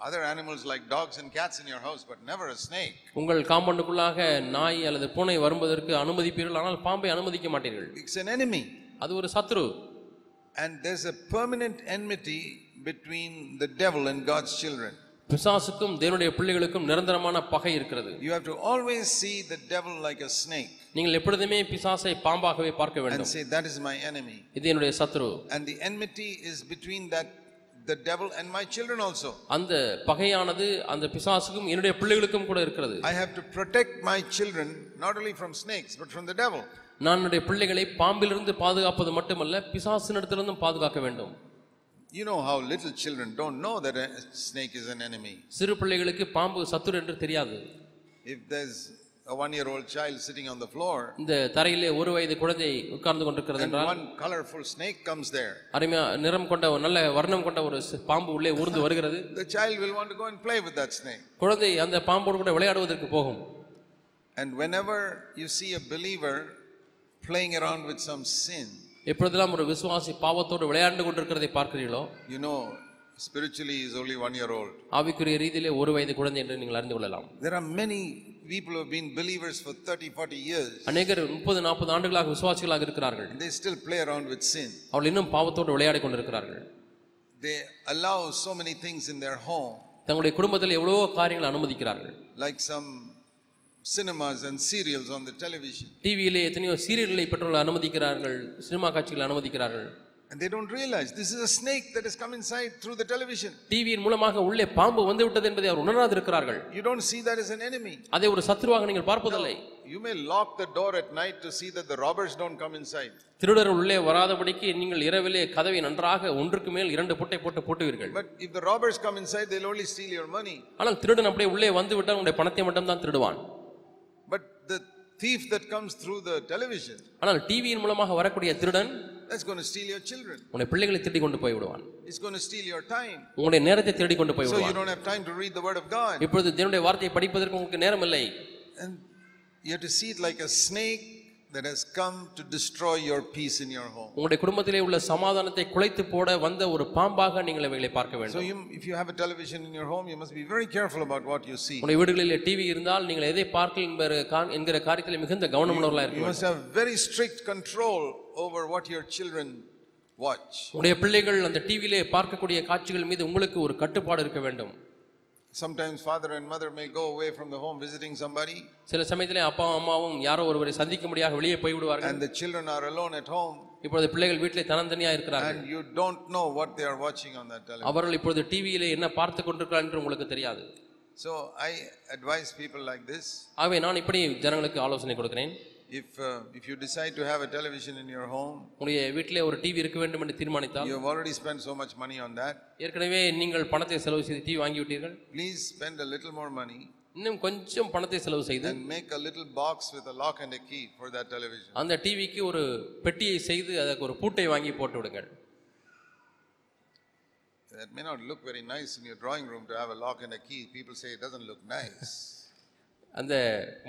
S1: other animals like dogs and cats in your house, but never a snake.
S2: உங்கள் காம்பவுண்டுக்குள்ளாக நாய் அல்லது பூனை வருவதற்கு அனுமதிப்பீர்கள் ஆனால் பாம்பை அனுமதிக்க மாட்டீர்கள்
S1: It's an enemy.
S2: அது ஒரு சத்ரு
S1: And there's a permanent enmity between the devil and God's children.
S2: பிசாசுக்கும் தேவனுடைய பிள்ளைகளுக்கும் நிரந்தரமான பகை இருக்கிறது
S1: You have to always see the devil like a snake
S2: நீங்கள் எப்பொழுதுமே பிசாசை பாம்பாகவே பார்க்க
S1: and
S2: வேண்டும்
S1: say, That is my enemy.
S2: இது என்னுடைய சத்ரு
S1: And the enmity is between that, the devil and my children also.
S2: அந்த பகையானது அந்த பிசாசுக்கும் என்னுடைய பிள்ளைகளுக்கும் கூட இருக்கிறது
S1: I have to protect my children not only from snakes but from the devil.
S2: நான் என்னுடைய பிள்ளைகளை பாம்பிலிருந்து பாதுகாப்பது மட்டுமல்ல பிசாசினிடத்திலிருந்தும் பாதுகாக்க வேண்டும்
S1: You know how little children don't know that a snake is an enemy.
S2: சிறு பிள்ளைகளுக்கு பாம்பு சத்துரு என்று தெரியாது
S1: If there's a one year old child sitting on the floor
S2: இந்த தரையிலே ஒரு வயது குழந்தை உட்கார்ந்து கொண்டிருக்கிறது
S1: and
S2: என்றால்
S1: one colorful snake comes there,
S2: அருமையா நிறம் கொண்ட ஒரு நல்ல வர்ணம் கொண்ட ஒரு சி- பாம்பு உள்ளே ஊர்ந்து வருகிறது
S1: the child will want to go and play with that snake.
S2: குழந்தை அந்த பாம்போடு கூட விளையாடுவதற்கு போகும்
S1: And whenever you see a believer playing around with some sin,
S2: எப்பொழுதெல்லாம் ஒரு விசுவாசி பாவத்தோடு விளையாண்டு கொண்டிருக்கிறதை பார்க்கிறீர்களோ
S1: you know spiritually he's only one year old.
S2: ஆவிக்குரிய ரீதியிலே ஒரு வயது குழந்தை என்று நீங்கள் அறிந்து கொள்ளலாம்
S1: There are many people who have been believers for 30, 40 years
S2: அநேகர் முப்பது நாற்பது ஆண்டுகளாக விசுவாசிகளாக இருக்கிறார்கள்
S1: and they still play around with sin.
S2: அவர்கள் இன்னும் பாவத்தோடு விளையாடி கொண்டிருக்கிறார்கள்
S1: They allow so many things in their home,
S2: தங்களுடைய குடும்பத்தில் எவ்வளவோ காரியங்களை அனுமதிக்கிறார்கள்
S1: like some cinemas and serials on the television,
S2: டிவியிலே எத்தனையோ சீரியல்களை பெற்றோர்கள் அனுமதிக்கிறார்கள் சினிமா காட்சிகளை அனுமதிக்கிறார்கள்
S1: and they don't realize this is a snake that has come inside through the television.
S2: டிவியின் மூலமாக உள்ளே பாம்பு வந்து விட்டது என்பதை அவர் உணராது இருக்கிறார்கள்
S1: You don't see that as an enemy.
S2: அதை ஒரு சத்ருவாக நீங்கள் பார்ப்பதில்லை
S1: You may lock the door at night to see that the robbers don't come inside.
S2: திருடர் உள்ளே வராதபடிக்கு நீங்கள் இரவிலே கதவை நன்றாக ஒன்றுக்கு மேல் இரண்டு புட்டை போட்டு போட்டுவீர்கள்
S1: But if the robbers come inside, they'll only steal your money.
S2: ஆனால் திருடன் அப்படியே உள்ளே வந்து விட்டால் உங்களுடைய பணத்தை மட்டும்தான் திருடுவான்
S1: But the thief that comes through the television,
S2: ஆனால் டிவியின் மூலமாக வரக்கூடிய திருடன்
S1: that's going to steal your children.
S2: உன்னை பிள்ளைகளை திருடி கொண்டு போய் விடுவான்
S1: It's going to steal your time.
S2: உங்களுடைய நேரத்தை திருடி கொண்டு போய்
S1: So you
S2: விடுவான்
S1: don't have time to read the word of God.
S2: இப்பொழுது தேவனுடைய வார்த்தையை படிப்பதற்கு உங்களுக்கு நேரம் இல்லை
S1: And you have to see it like a snake that has come to destroy your peace in your home.
S2: உங்களுடைய குடும்பத்திலே உள்ள சமாதானத்தை குலைத்து போட வந்த ஒரு பாம்பாக நீங்கள் இவைகளை பார்க்க
S1: So
S2: வேண்டும்
S1: you, if you have a television in your home, you must be very careful about what you see.
S2: உங்களுடைய வீடுகளிலே டிவி இருந்தால் நீங்கள் எதை பார்க்க என்பது கா- என்கிற காரியத்தில் மிகுந்த கவனமுள்ளவர்களாக
S1: You
S2: இருக்கும்
S1: must have very strict control over what your children watch.
S2: உங்களுடைய பிள்ளைகள் அந்த டிவியிலே பார்க்கக்கூடிய காட்சிகள் மீது உங்களுக்கு ஒரு கட்டுப்பாடு இருக்க வேண்டும்
S1: Sometimes father and mother may go away from the home visiting somebody,
S2: சில சமயத்திலே அப்பாவும் அம்மாவும் யாரோ ஒருவரை சந்திக்கும்படியாக வெளியே போய்விடுவார்கள்
S1: and the children are alone at home,
S2: இப்பொழுது பிள்ளைகள் வீட்டிலே தனித்தனியாக இருக்கிறார்கள்
S1: and you don't know what they are watching on that television.
S2: அவர்கள் இப்பொழுது டிவியிலே என்ன பார்த்து கொண்டிருக்கிறார்கள் என்று உங்களுக்கு தெரியாது
S1: So I advise people like this
S2: ஆகவே நான் இப்படி ஜனங்களுக்கு ஆலோசனை கொடுக்கிறேன்
S1: if, uh, if you decide to have a television in your home,
S2: உங்களுடைய வீட்டிலே ஒரு டிவி இருக்க வேண்டும் என்று தீர்மானித்தால்
S1: you have already spent so much money on that.
S2: ஏற்கனவே நீங்கள் பணத்தை செலவு செய்து டிவி வாங்கிவிட்டீர்கள்
S1: Please spend a little more money
S2: இன்னும் கொஞ்சம் பணத்தை செலவு செய்து
S1: and make a little box with a lock and a key for that television.
S2: அந்த டிவிக்கு ஒரு பெட்டியை செய்து அதற்கு ஒரு பூட்டை வாங்கி போட்டு விடுங்கள்
S1: That may not look very nice in your drawing room to have a lock and a key. People say it doesn't look nice.
S2: அந்த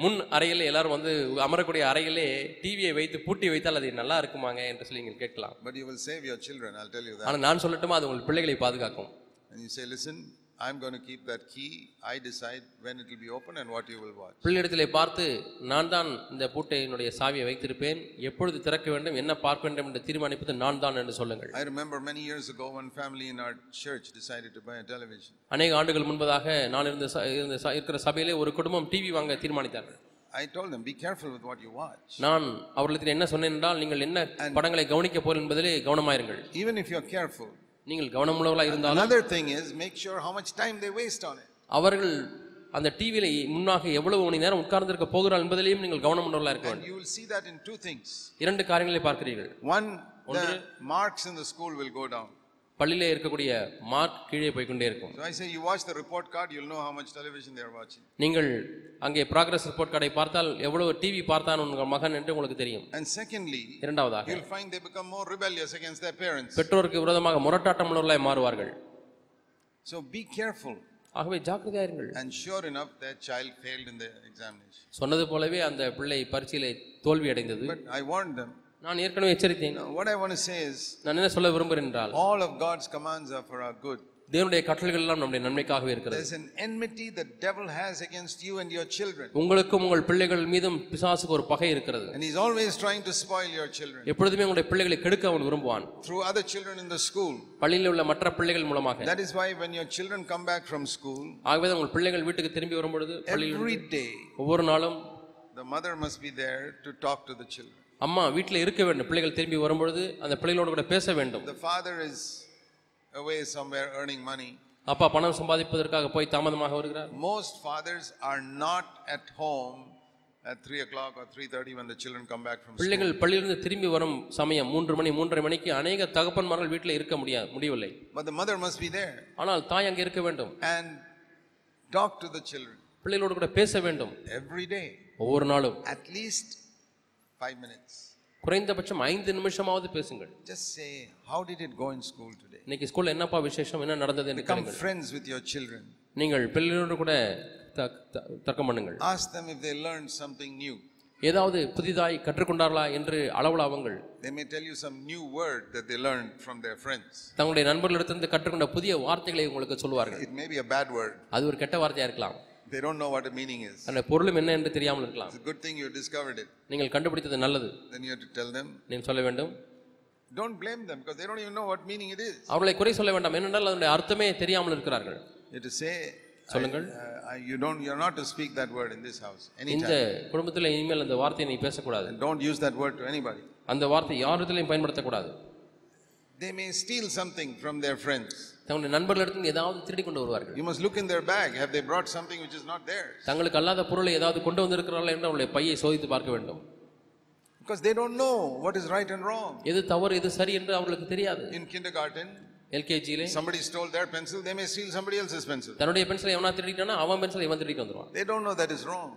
S2: முன் அறையிலே எல்லாரும் வந்து அமரக்கூடிய அறையிலே டிவியை வைத்து பூட்டி வைத்தால் அது நல்லா இருக்குமாங்க என்று சொல்லி நீங்கள் கேட்கலாம்
S1: But you will save your children, I'll tell you that.
S2: ஆனால் நான் சொல்லட்டுமா அது உங்கள் பிள்ளைகளை பாதுகாக்கும்
S1: And you say, listen, I'm going to keep that key. I decide when it will be open and what you will watch.
S2: பிள்ளையிடத்திலே பார்த்து நான் தான் இந்த பூட்டையினுடைய சாவியை வைத்திருப்பேன் எப்பொழுது திறக்க வேண்டும் என்ன பார்க்க வேண்டும் என்று தீர்மானிப்பது நான் தான் என்று சொல்லுங்கள்
S1: I remember many years ago, one family in our church decided to buy a television.
S2: அநேக ஆண்டுகள் முன்பதாக நான் இருந்த ச- இருந்த ச- இருக்கிற சபையிலே ஒரு குடும்பம் டிவி வாங்க தீர்மானித்தார்கள்
S1: I told them, be careful with what you watch.
S2: நான் அவர்களிடத்தில் என்ன சொன்னேன் என்றால் நீங்கள் என்ன படங்களை கவனிக்க போறீர்கள் என்பதிலே கவனமாயிருங்கள்
S1: Even if you're careful,
S2: நீங்கள் கவனமுள்ளவர்களாக இருந்தாலும்
S1: another thing is make sure how much time they waste on it.
S2: அவர்கள் அந்த டிவியில முன்னாக எவ்வளவு மணி நேரம் உட்கார்ந்திருக்க போகிறார் என்பதிலையும் நீங்கள் கவனமுள்ளவர்களாக இருக்க வேண்டும்
S1: You will see that in two things.
S2: இரண்டு காரியங்களை பார்க்கிறீர்கள்
S1: One, the marks in the school will go down.
S2: பள்ளியிலே இருக்கக்கூடிய மார்க் கீழே போய் கொண்டே இருக்கும்
S1: So I say, you watch the report card, you'll know how much television they're watching.
S2: நீங்கள் அங்கே ப்ராக்ரஸ் ரிப்போர்ட் கார்டை பார்த்தால் எவ்வளவு டிவி பார்த்தான் உங்கள் மகன் என்று உங்களுக்கு தெரியும்
S1: And secondly,
S2: இரண்டாவதாக
S1: you'll find they become more rebellious against their parents.
S2: பெற்றோருக்கு விரோதமாக முரட்டாட்டம் உள்ளவர்களாய் மாறுவார்கள்
S1: So be careful.
S2: ஆகவே ஜாக்கிரதையா இருங்கள்
S1: And sure enough, their child failed in the examination.
S2: சொன்னது போலவே அந்த பிள்ளை பரீட்சையிலே தோல்வி அடைந்தது
S1: But I warned them.
S2: நான் ஏற்கனவே எச்சரித்தேன்
S1: Now, what I want to say is,
S2: நான் என்ன சொல்ல விரும்புகிறேன் என்றால்
S1: all of God's commands are for our good.
S2: தேவனுடைய கட்டளைகள் எல்லாம் நம்முடைய நன்மைக்காகவே இருக்கிறது
S1: There's an enmity the devil has against you and your children.
S2: உங்களுக்கும் உங்கள் பிள்ளைகள் மீதும் பிசாசுக்கு ஒரு பகை இருக்கிறது
S1: And he's always trying to spoil your children
S2: எப்பொழுதுமே உங்களுடைய பிள்ளைகளை கெடுக்க அவன் விரும்புவான்
S1: through other children in the school.
S2: பள்ளியில் உள்ள மற்ற பிள்ளைகள் மூலமாக
S1: That is why when your children come back from school,
S2: ஆகவே தான் உங்கள் பிள்ளைகள் வீட்டுக்கு திரும்பி வரும்பொழுது பள்ளியில்
S1: every day
S2: ஒவ்வொரு நாளும்
S1: the mother must be there to talk to the children.
S2: அம்மா வீட்டில் இருக்க வேண்டும் பிள்ளைகள் திரும்பி வரும்பொழுது அந்த பிள்ளைகளோடு கூட பேச வேண்டும்
S1: The father is away somewhere earning money.
S2: அப்பா பணம் சம்பாதிப்பதற்காக போய் தாமதமாக வருகிறார்
S1: Most fathers are not at home at 3 o'clock or 3.30 when the children come back from school.
S2: பிள்ளைகள் பள்ளியிலிருந்து திரும்பி வரும் சமயம் மூன்று மணி மூன்றரை மணிக்கு அநேக தகப்பன்மார்கள் வீட்டில் இருக்க முடியாது முடியவில்லை
S1: But the mother must be there
S2: ஆனால் தாய் அங்கே இருக்க வேண்டும்
S1: and talk to the children
S2: பிள்ளைகளோடு கூட பேச வேண்டும்
S1: every day,
S2: ஒவ்வொரு நாளும்
S1: at least five minutes.
S2: குறைந்தபட்சம் ஐந்து நிமிஷமாவது பேசுங்கள்
S1: Just say, how did it go in school today?
S2: இன்னைக்கு ஸ்கூல்ல என்னப்பா விசேஷம் என்ன நடந்தது என்று
S1: Become
S2: கேளுங்கள்.
S1: friends with your children.
S2: நீங்கள் பிள்ளைகளோடு கூட த- த- தர்க்கம் பண்ணுங்கள்
S1: Ask them if they learned something new.
S2: ஏதாவது புதிதாய் கற்றுக்கொண்டார்களா என்று அளவலாவுங்கள்
S1: They may tell you some new word that they learned from their friends.
S2: தங்களுடைய நண்பர்களிடத்திலிருந்து கற்றுக்கொண்ட புதிய வார்த்தைகளை உங்களுக்கு சொல்லுவார்கள்
S1: It may be a bad word.
S2: அது ஒரு கெட்ட வார்த்தையா இருக்கலாம்
S1: They don't know what the meaning is.
S2: அந்த பொருளும் என்ன என்று தெரியாமல் இருக்கலாம்
S1: It's a good thing you discovered it.
S2: நீங்கள் கண்டுபிடித்தது நல்லது
S1: Then you have to tell them.
S2: நீங்கள் சொல்ல வேண்டும்
S1: Don't blame them because they don't even know what meaning it is.
S2: அவர்களை குறை சொல்ல வேண்டாம் ஏனென்றால் அதனுடைய அர்த்தமே தெரியாமல் இருக்கிறார்கள்
S1: You have to say, I-
S2: சொல்லுங்கள்
S1: uh, I- you don't, you're not to speak that word in this house anytime.
S2: இந்த குடும்பத்தில் இனிமேல் அந்த வார்த்தையை நீ பேசக்கூடாது
S1: And don't use that word to anybody.
S2: அந்த வார்த்தை யாரிடத்திலையும் பயன்படுத்தக்கூடாது
S1: They may steal something from their friends.
S2: தங்களுடைய நண்பர்களிடத்தில் ஏதாவது திருடி கொண்டு வருவார்கள்
S1: You must look in their bag. Have they brought something which is not theirs?
S2: தங்களுக்கு அல்லாத பொருளை ஏதாவது கொண்டு வந்திருக்கிறார்கள் என்று அவருடைய பையை சோதித்து பார்க்க வேண்டும்
S1: Because they don't know what is right and wrong.
S2: எது தவறு எது சரி என்று அவர்களுக்கு தெரியாது
S1: In kindergarten,
S2: எல்கேஜியிலே
S1: somebody stole their pencil, they may steal somebody else's pencil.
S2: தன்னுடைய பென்சிலை எவனா திருடிட்டானா அவன் பென்சிலை இவன் திருடிட்டு வந்துருவான்
S1: They don't know that is wrong.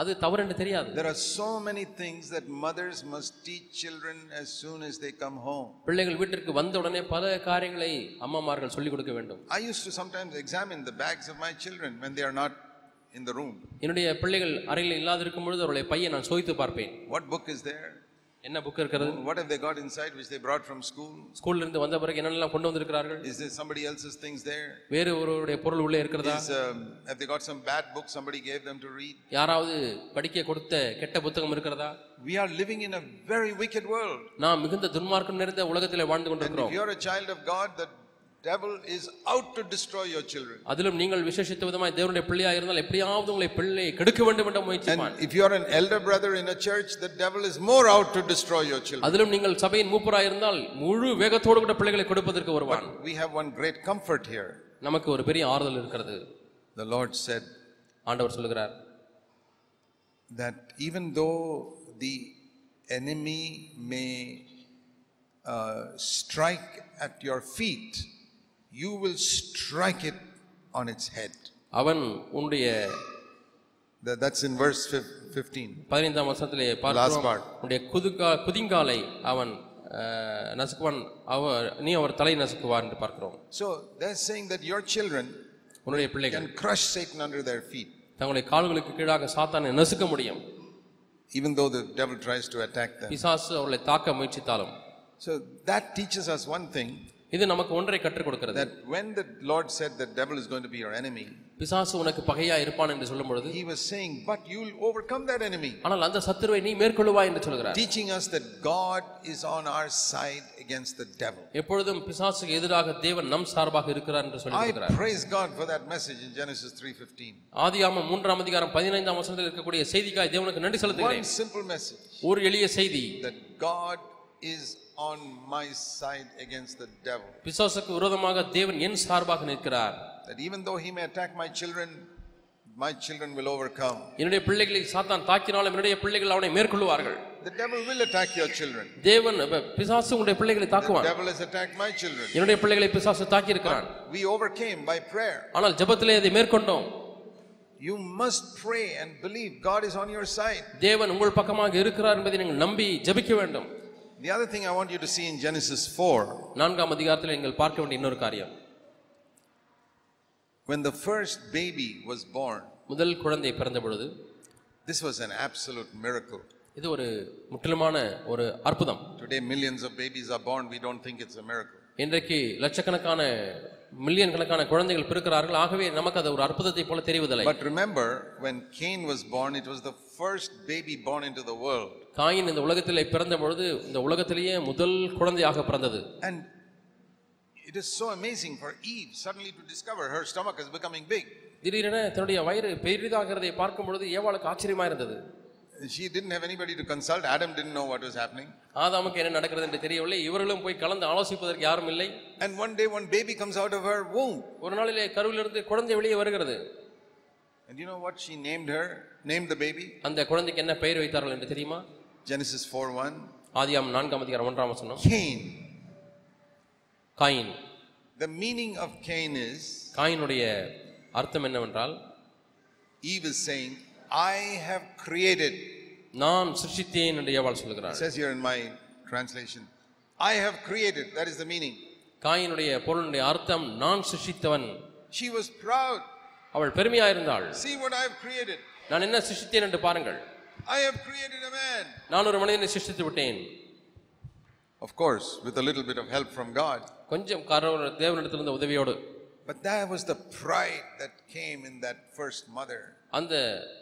S2: அது தவறு என்று தெரியாது
S1: There are so many things that mothers must teach children as soon as they come home.
S2: பிள்ளைகள் வீட்டிற்கு வந்த உடனே பல காரியங்களை அம்மாமார்கள் சொல்லிக் கொடுக்க வேண்டும்
S1: I used to sometimes examine the bags of my children when they are not in the room.
S2: என்னுடைய பிள்ளைகள் அறையில் இல்லாதிருக்கும் பொழுது அவருடைய பையை நான் சோதித்து பார்ப்பேன்
S1: What book is there?
S2: என்ன புக் இருக்கிறது
S1: What have they got inside which they brought from school?
S2: ஸ்கூல்ல இருந்து வந்த பிறகு என்னென்னலாம் கொண்டு வந்திருக்கிறார்கள்
S1: Is there somebody else's things there?
S2: வேறு ஒருவருடைய பொருள் உள்ளே இருக்கிறதா
S1: Is, um, have they got some bad book somebody gave them to read?
S2: யாராவது படிக்க கொடுத்த கெட்ட புத்தகம் இருக்கிறதா
S1: We are living in a very wicked world.
S2: நாம் மிகுந்த துன்மார்க்கம் நிறைந்த உலகத்திலே வாழ்ந்து
S1: And if
S2: கொண்டிருக்கிறோம்
S1: you're a child of God, the devil is out to destroy your children.
S2: அதிலும் நீங்கள் விசேஷித்த விதமாய் தேவனுடைய பிள்ளையா இருந்தால் எப்படியாவது உங்களை பிள்ளை கெடுக்க வேண்டும் என்ற முயற்சிப்பான்
S1: And if you're an elder brother in a church, the devil is more out to destroy your children.
S2: அதிலும் நீங்கள் சபையின் மூப்பராக இருந்தால் முழு வேகத்தோடு கூட பிள்ளைகளை கொடுப்பதற்கு வருவான்
S1: We have one great comfort here.
S2: நமக்கு ஒரு பெரிய ஆறுதல் இருக்கிறது
S1: The Lord said
S2: ஆண்டவர் சொல்லுகிறார்
S1: that even though the enemy may uh, strike at your feet, you will strike it on its head.
S2: அவன் உன்னுடைய
S1: That, that's in verse fif- 15.
S2: பதினைந்தாம் வருஷத்திலே
S1: Last part.
S2: பார்க்கிறோம் உன்னுடைய குதுகா குதிங்காலை அவன் அஹ், நசுக்குவான் அவர் நீ அவர் தலை நசுக்குவார் என்று பார்க்கிறோம்
S1: So they're saying that your children
S2: உன்னுடைய பிள்ளைகள்
S1: can crush Satan under their feet,
S2: தங்களுடைய கால்களுக்கு கீழாக சாத்தானை நசுக்க முடியும்
S1: even though the devil tries to attack them.
S2: பிசாசு அவர்களை தாக்க முயற்சித்தாலும்
S1: So that teaches us one thing
S2: இது நமக்கு ஒன்றை கற்றுக் கொடுக்கிறது
S1: that when the Lord said the devil is going to be your enemy,
S2: பிசாசு உனக்கு பகையா இருப்பான் என்று சொல்லும் பொழுது
S1: he was saying, but you'll overcome that enemy.
S2: ஆனால் அந்த சத்துருவை நீ மேற்கொள்ளுவாய் என்று சொல்கிறார்
S1: Teaching us that God is on our side against the devil.
S2: எப்பொழுதும் பிசாசுக்கு எதிராக தேவன் நம் சார்பாக இருக்கிறார் என்று சொல்லி
S1: I
S2: இருக்கிறார்
S1: praise God for that message in Genesis 3:15.
S2: ஆதியாமம் மூன்றாம் அதிகாரம் பதினைந்தாம் வசனத்தில் இருக்கக்கூடிய செய்திக்காய் தேவனுக்கு நன்றி
S1: One
S2: செலுத்துகிறேன்
S1: simple message
S2: ஒரு எளிய செய்தி
S1: that God is on my side against the devil.
S2: பிசாசுக்கு விரோதமாக தேவன் என் சார்பாக நிற்கிறார்
S1: That even though he may attack my children, my children will overcome.
S2: என்னுடைய பிள்ளைகளை சாத்தான் தாக்கினாலும் என்னுடைய பிள்ளைகள் அவனை மேற்கொள்வார்கள்
S1: The devil will attack your children.
S2: தேவன் அப்ப, பிசாசு உங்களுடைய பிள்ளைகளை தாக்குவான்
S1: devil has attacked my children.
S2: என்னுடைய பிள்ளைகளை பிசாசு தாக்கி இருக்கிறான்
S1: We overcame by prayer.
S2: ஆனால் ஜெபத்திலே அதை மேற்கொண்டோம்
S1: You must pray and believe God is on your side.
S2: தேவன் உங்கள் பக்கமாக இருக்கிறார் என்பதை நீங்கள் நம்பி ஜெபிக்க வேண்டும்
S1: The other thing I want you to see in Genesis 4
S2: நான்காம் அதிகாரத்தில் நீங்கள் பார்க்க வேண்டிய இன்னொரு காரியம்
S1: when the first baby was born,
S2: முதல் குழந்தை பிறந்த பொழுது
S1: this was an absolute miracle.
S2: இது ஒரு முற்றிலுமான ஒரு அற்புதம்
S1: Today, millions of babies are born, we don't think it's a miracle.
S2: இன்றைக்கு லட்சக்கணக்கான மில்லியன் கணக்கான குழந்தைகள் பிறக்கிறார்கள் ஆகவே நமக்கு அது ஒரு அற்புதத்தை போல தெரிவதில்லை
S1: But remember, when Cain was born, it was the first baby born into the world.
S2: காயின் இந்த உலகத்திலே பிறந்த பொழுது இந்த உலகத்திலேயே முதல் குழந்தையாக பிறந்தது
S1: And it is so amazing for Eve suddenly to discover her stomach is becoming big.
S2: திடீரென தன்னுடைய வயிறு பெரிதாகிறதை பார்க்கும் பொழுது ஏவாளுக்கு ஆச்சரியமா இருந்தது
S1: She didn't have anybody to consult, Adam didn't know what was happening.
S2: ஆதாமுக்கு என்ன நடக்கிறது என்று தெரியவில்லை இவர்களும் போய் கலந்து ஆலோசிப்பதற்கு யாரும் இல்லை
S1: And one day, one baby comes out of her womb.
S2: ஒரு நாளிலே கருவிலிருந்து குழந்தை வெளியே வருகிறது
S1: And you know what she named her? Named the baby?
S2: அந்த குழந்தைக்கு என்ன பெயர் வைத்தார்கள் என்று தெரியுமா
S1: Genesis 4 1.
S2: ஆதியாம் நான்காம் அதிகாரம் ஒன்றாம் வசனம்
S1: Cain.
S2: காயின்
S1: The meaning of Cain is
S2: காயினுடைய அர்த்தம் என்னவென்றால்
S1: Eve is saying, I have created.
S2: நான் சிருஷ்டித்தேன் என்று ஏவாள்
S1: It
S2: சொல்கிறார்
S1: says here in my translation, I have created. That is the meaning.
S2: காயினுடைய பொருளுடைய அர்த்தம் நான் சிருஷ்டித்தவன்
S1: She was proud.
S2: அவள் பெருமையா இருந்தாள்
S1: See what I have created.
S2: நான் என்ன சிருஷ்டித்தேன் என்று பாருங்கள்
S1: I have created a man.
S2: நான் ஒரு மனிதனை சிருஷ்டித்து விட்டேன்
S1: Of course, with a little bit of help from God.
S2: கொஞ்சம் கரவர் தேவனிடத்திலிருந்த உதவியோடு
S1: But that was the pride that came in that first mother.
S2: அந்த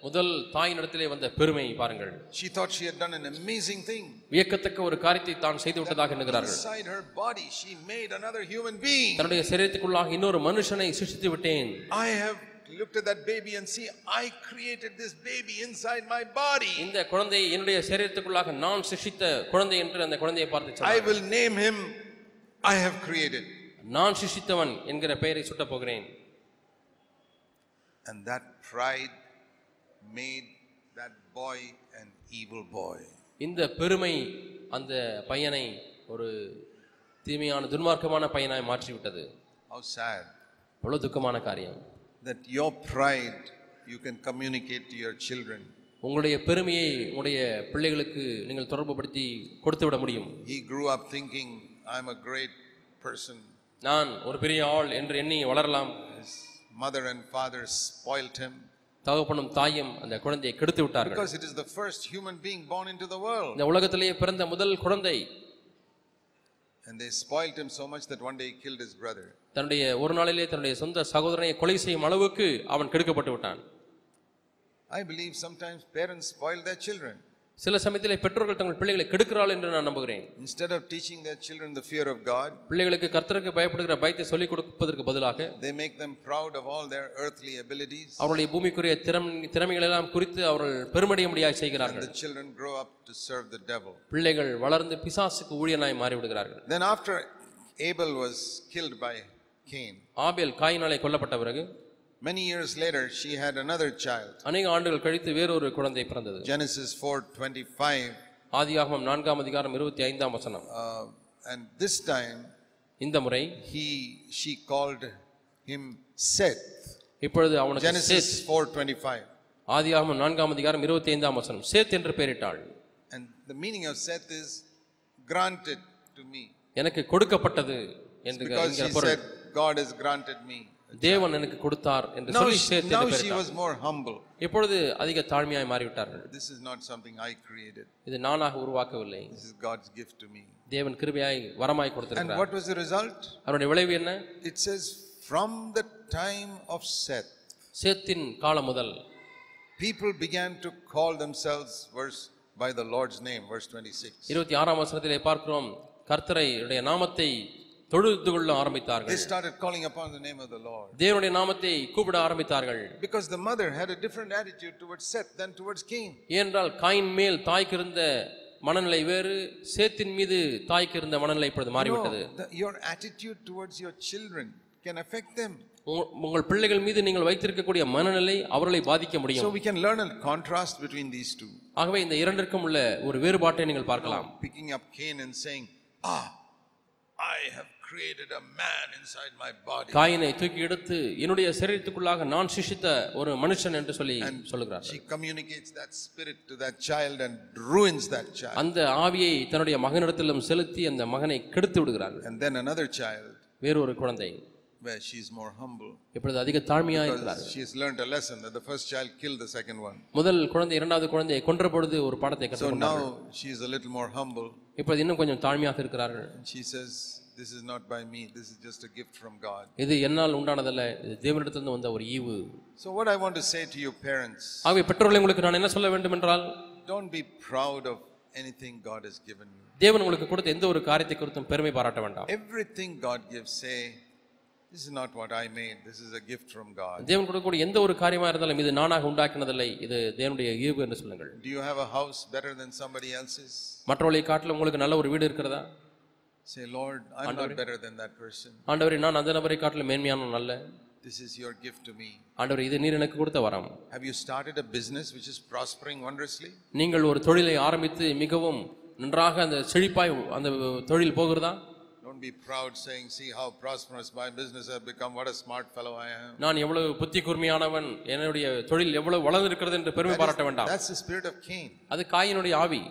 S2: முதல் தாயினிடத்திலே வந்த பெருமை பாருங்கள்
S1: She thought she had done an amazing thing.
S2: வியக்கத்தக்க ஒரு காரியத்தை தான் செய்து விட்டதாக எண்ணுகிறார்கள்
S1: Inside her body, she made another human being.
S2: தன்னுடைய சரீரத்துக்குள்ளாக இன்னொரு மனுஷனை சிருஷ்டித்து விட்டேன்
S1: I have looked at that baby and see, I created this baby inside my body.
S2: இந்த குழந்தையை என்னுடைய சரீரத்துக்குள்ளாக நான் சிருஷ்டித்த குழந்தை என்று அந்த குழந்தையை பார்த்து
S1: I
S2: சொன்னார்கள்.
S1: will name him, I have created.
S2: நான் சிருஷ்டித்தவன் என்கிற பெயரை சுட்டப் போகிறேன்
S1: And that pride made that boy an evil boy.
S2: இந்த பெருமை அந்த பையனை ஒரு தீமையான துன்மார்க்கமான பையனாய் மாற்றிவிட்டது
S1: How sad
S2: அவ்வளோ துக்கமான காரியம்
S1: that your pride you can communicate to your children.
S2: உங்களுடைய பெருமையை உங்களுடைய பிள்ளைகளுக்கு நீங்கள் தொடர்புபடுத்தி கொடுத்து விட முடியும்
S1: He grew up thinking, I'm a great person.
S2: நான் ஒரு பெரிய ஆள் என்று எண்ணி வளரலாம்
S1: His mother and father spoilt him
S2: தகப்பனும் தாயும் அந்த குழந்தையை கெடுத்து விட்டார்கள்
S1: because it is the first human being born into the world.
S2: இந்த உலகத்திலேயே பிறந்த முதல் குழந்தை
S1: And they spoiled him so much that one day he killed his brother.
S2: தன்னுடைய ஒரு நாளிலே தன்னுடைய சொந்த சகோதரனை கொலை செய்யும் அளவுக்கு அவன் கெடுக்கப்பட்டு விட்டான்
S1: I believe sometimes parents spoil their children.
S2: சில சமயத்திலே பெற்றோர்கள் தங்கள் பிள்ளைகளை கெடுக்கிறாள் என்று நான் நம்புகிறேன்
S1: Instead of teaching their children the fear of God,
S2: பிள்ளைகளுக்கு கர்த்தருக்கு பயப்படுகிற பயத்தை சொல்லிக் கொடுப்பதற்கு பதிலாக
S1: they make them proud of all their earthly abilities.
S2: அவருடைய பூமிக்குரிய திறம் திறமைகள் எல்லாம் குறித்து அவர்கள் பெருமடைய முடியாது
S1: And
S2: செய்கிறார்கள்
S1: the children grow up to serve the devil.
S2: பிள்ளைகள் வளர்ந்து பிசாசுக்கு ஊழியனாய் மாறிவிடுகிறார்கள்
S1: Then, after Abel was killed by Cain,
S2: ஆபேல் காயினாலே கொல்லப்பட்ட பிறகு
S1: Many years later, she had another child.
S2: அநேக ஆண்டுகள் கழித்து வேறொரு குழந்தை பிறந்தது
S1: Genesis 4:25,
S2: ஆதியாகமம் நான்காம் அதிகாரம் இருபத்தி ஐந்தாம் வசனம்
S1: uh, and this time
S2: இந்த முறை
S1: he she called him Seth.
S2: இப்பொழுது அவனுக்கு சேத்
S1: Genesis 4:25,
S2: ஆதியாகமம் நான்காம் அதிகாரம் இருபத்தி ஐந்தாம் வசனம் சேத் என்று பெயரிட்டாள்
S1: and the meaning of Seth is granted to me
S2: எனக்கு கொடுக்கப்பட்டது என்று
S1: because
S2: என்கிற
S1: she
S2: பொருள்
S1: said God has granted me.
S2: தேவன் எனக்கு கொடுத்தார் என்று
S1: Now
S2: சொல்லி
S1: she,
S2: சேத் என்று
S1: now she
S2: பெயரிட்டாள்.
S1: was more humble.
S2: இப்பொழுது அதிக தாழ்மையாய் மாறிவிட்டார்கள்
S1: This is not something I created.
S2: இது நானாக உருவாக்கவில்லை
S1: This is God's gift to me.
S2: தேவன் கிருபையாய் வரமாய்
S1: And
S2: கொடுத்திருக்கிறார்
S1: what was the result?
S2: அவருடைய விளைவு என்ன
S1: It says, from the time of Seth,
S2: சேத்தின் காலம் முதல்
S1: people began to call themselves verse by the Lord's name, verse 26.
S2: இருபத்தி ஆறாம் வசனத்திலே பார்க்கிறோம் கர்த்தரை நாமத்தை தொழுது கொள்ள
S1: They
S2: ஆரம்பித்தார்கள்
S1: started calling upon the name of the Lord.
S2: தேவனுடைய நாமத்தை கூப்பிட ஆரம்பித்தார்கள்
S1: Because the mother had a different attitude towards Seth than towards Cain.
S2: ஏனென்றால் காயின் மேல் தாய்க்கு இருந்த மனநிலை வேறு சேத்தின் மீது தாய்க்கு இருந்த மனநிலை இப்பொழுது
S1: No,
S2: மாறிவிட்டது
S1: the- your attitude towards your children can affect them.
S2: உங்க- உங்கள் பிள்ளைகள் மீது நீங்கள் வைத்திருக்கக்கூடிய மனநிலை அவர்களை பாதிக்க
S1: So
S2: முடியும்
S1: we can learn a contrast between these two.
S2: ஆகவே இந்த இரண்டிற்கும் உள்ள ஒரு வேறுபாட்டை நீங்கள் பார்க்கலாம்
S1: Picking up Cain and saying, Ah, I have created a man inside my body.
S2: காயினை தூக்கி எடுத்து என்னுடைய சரீரத்துக்குள்ளாக நான் சிஷித்த ஒரு மனுஷன் என்று சொல்லி சொல்லுகிறார்
S1: She communicates that spirit to that child and ruins that child.
S2: அந்த ஆவியை தன்னுடைய மகனிடத்திலும் செலுத்தி அந்த மகனை கெடுத்து விடுகிறார்கள்
S1: And then another child
S2: வேறொரு குழந்தை
S1: where she's more humble.
S2: இப்பொழுது அதிக தாழ்மையாக இருக்கிறார்
S1: Because she has learned a lesson that the first child killed the second one.
S2: முதல் குழந்தை இரண்டாவது குழந்தையை கொன்ற பொழுது ஒரு பாடத்தை
S1: So
S2: கற்றுக்கொண்டார்
S1: now she is a little more humble.
S2: இப்பொழுது இன்னும் கொஞ்சம் தாழ்மையாக இருக்கிறார்கள்
S1: And she says, This is not by me, this is just a gift from God.
S2: இது என்னால் உண்டானதல்ல இது தேவனிடத்திலிருந்து வந்த ஒரு ஈவு
S1: So, what I want to say to you, parents,
S2: ஆகவே பெற்றோர்களை உங்களுக்கு நான் என்ன சொல்ல வேண்டும் என்றால்
S1: don't be proud of anything God has given you.
S2: தேவன் உங்களுக்கு கொடுத்த எந்த ஒரு காரியத்தை குறித்தும் பெருமை பாராட்ட வேண்டாம்
S1: Everything God gives, say, This is not what I made, this is a gift from God.
S2: தேவன் கொடுக்கக்கூடிய எந்த ஒரு காரியமா இருந்தாலும் இது நானாக உண்டாக்கினதில்லை இது தேவனுடைய ஈவு என்று சொல்லுங்கள்
S1: Do you have a house better than somebody else's?
S2: மற்றவர்களை காட்டிலும் உங்களுக்கு நல்ல ஒரு வீடு இருக்கிறதா
S1: Say, Lord, I'm not better than that person.
S2: ஆண்டவரே நான் அந்த நபரை காட்டிலும் மேன்மையான நல்ல
S1: This is your gift to me.
S2: ஆண்டவரே இது நீர் எனக்கு கொடுத்த வரம்
S1: Have you started a business which is prospering wondrously?
S2: நீங்கள் ஒரு தொழிலை ஆரம்பித்து மிகவும் நன்றாக அந்த செழிப்பாய் அந்த தொழில் போகிறதா
S1: Don't be proud saying, see how prosperous my business has become, what a smart fellow I am.
S2: நான் எவ்வளவு புத்தி கூர்மையானவன் என்னுடைய தொழில் எவ்வளவு வளர்ந்திருக்கிறது என்று பெருமை பாராட்ட வேண்டாம்
S1: That's the spirit of Cain.
S2: அது காயினுடைய ஆவி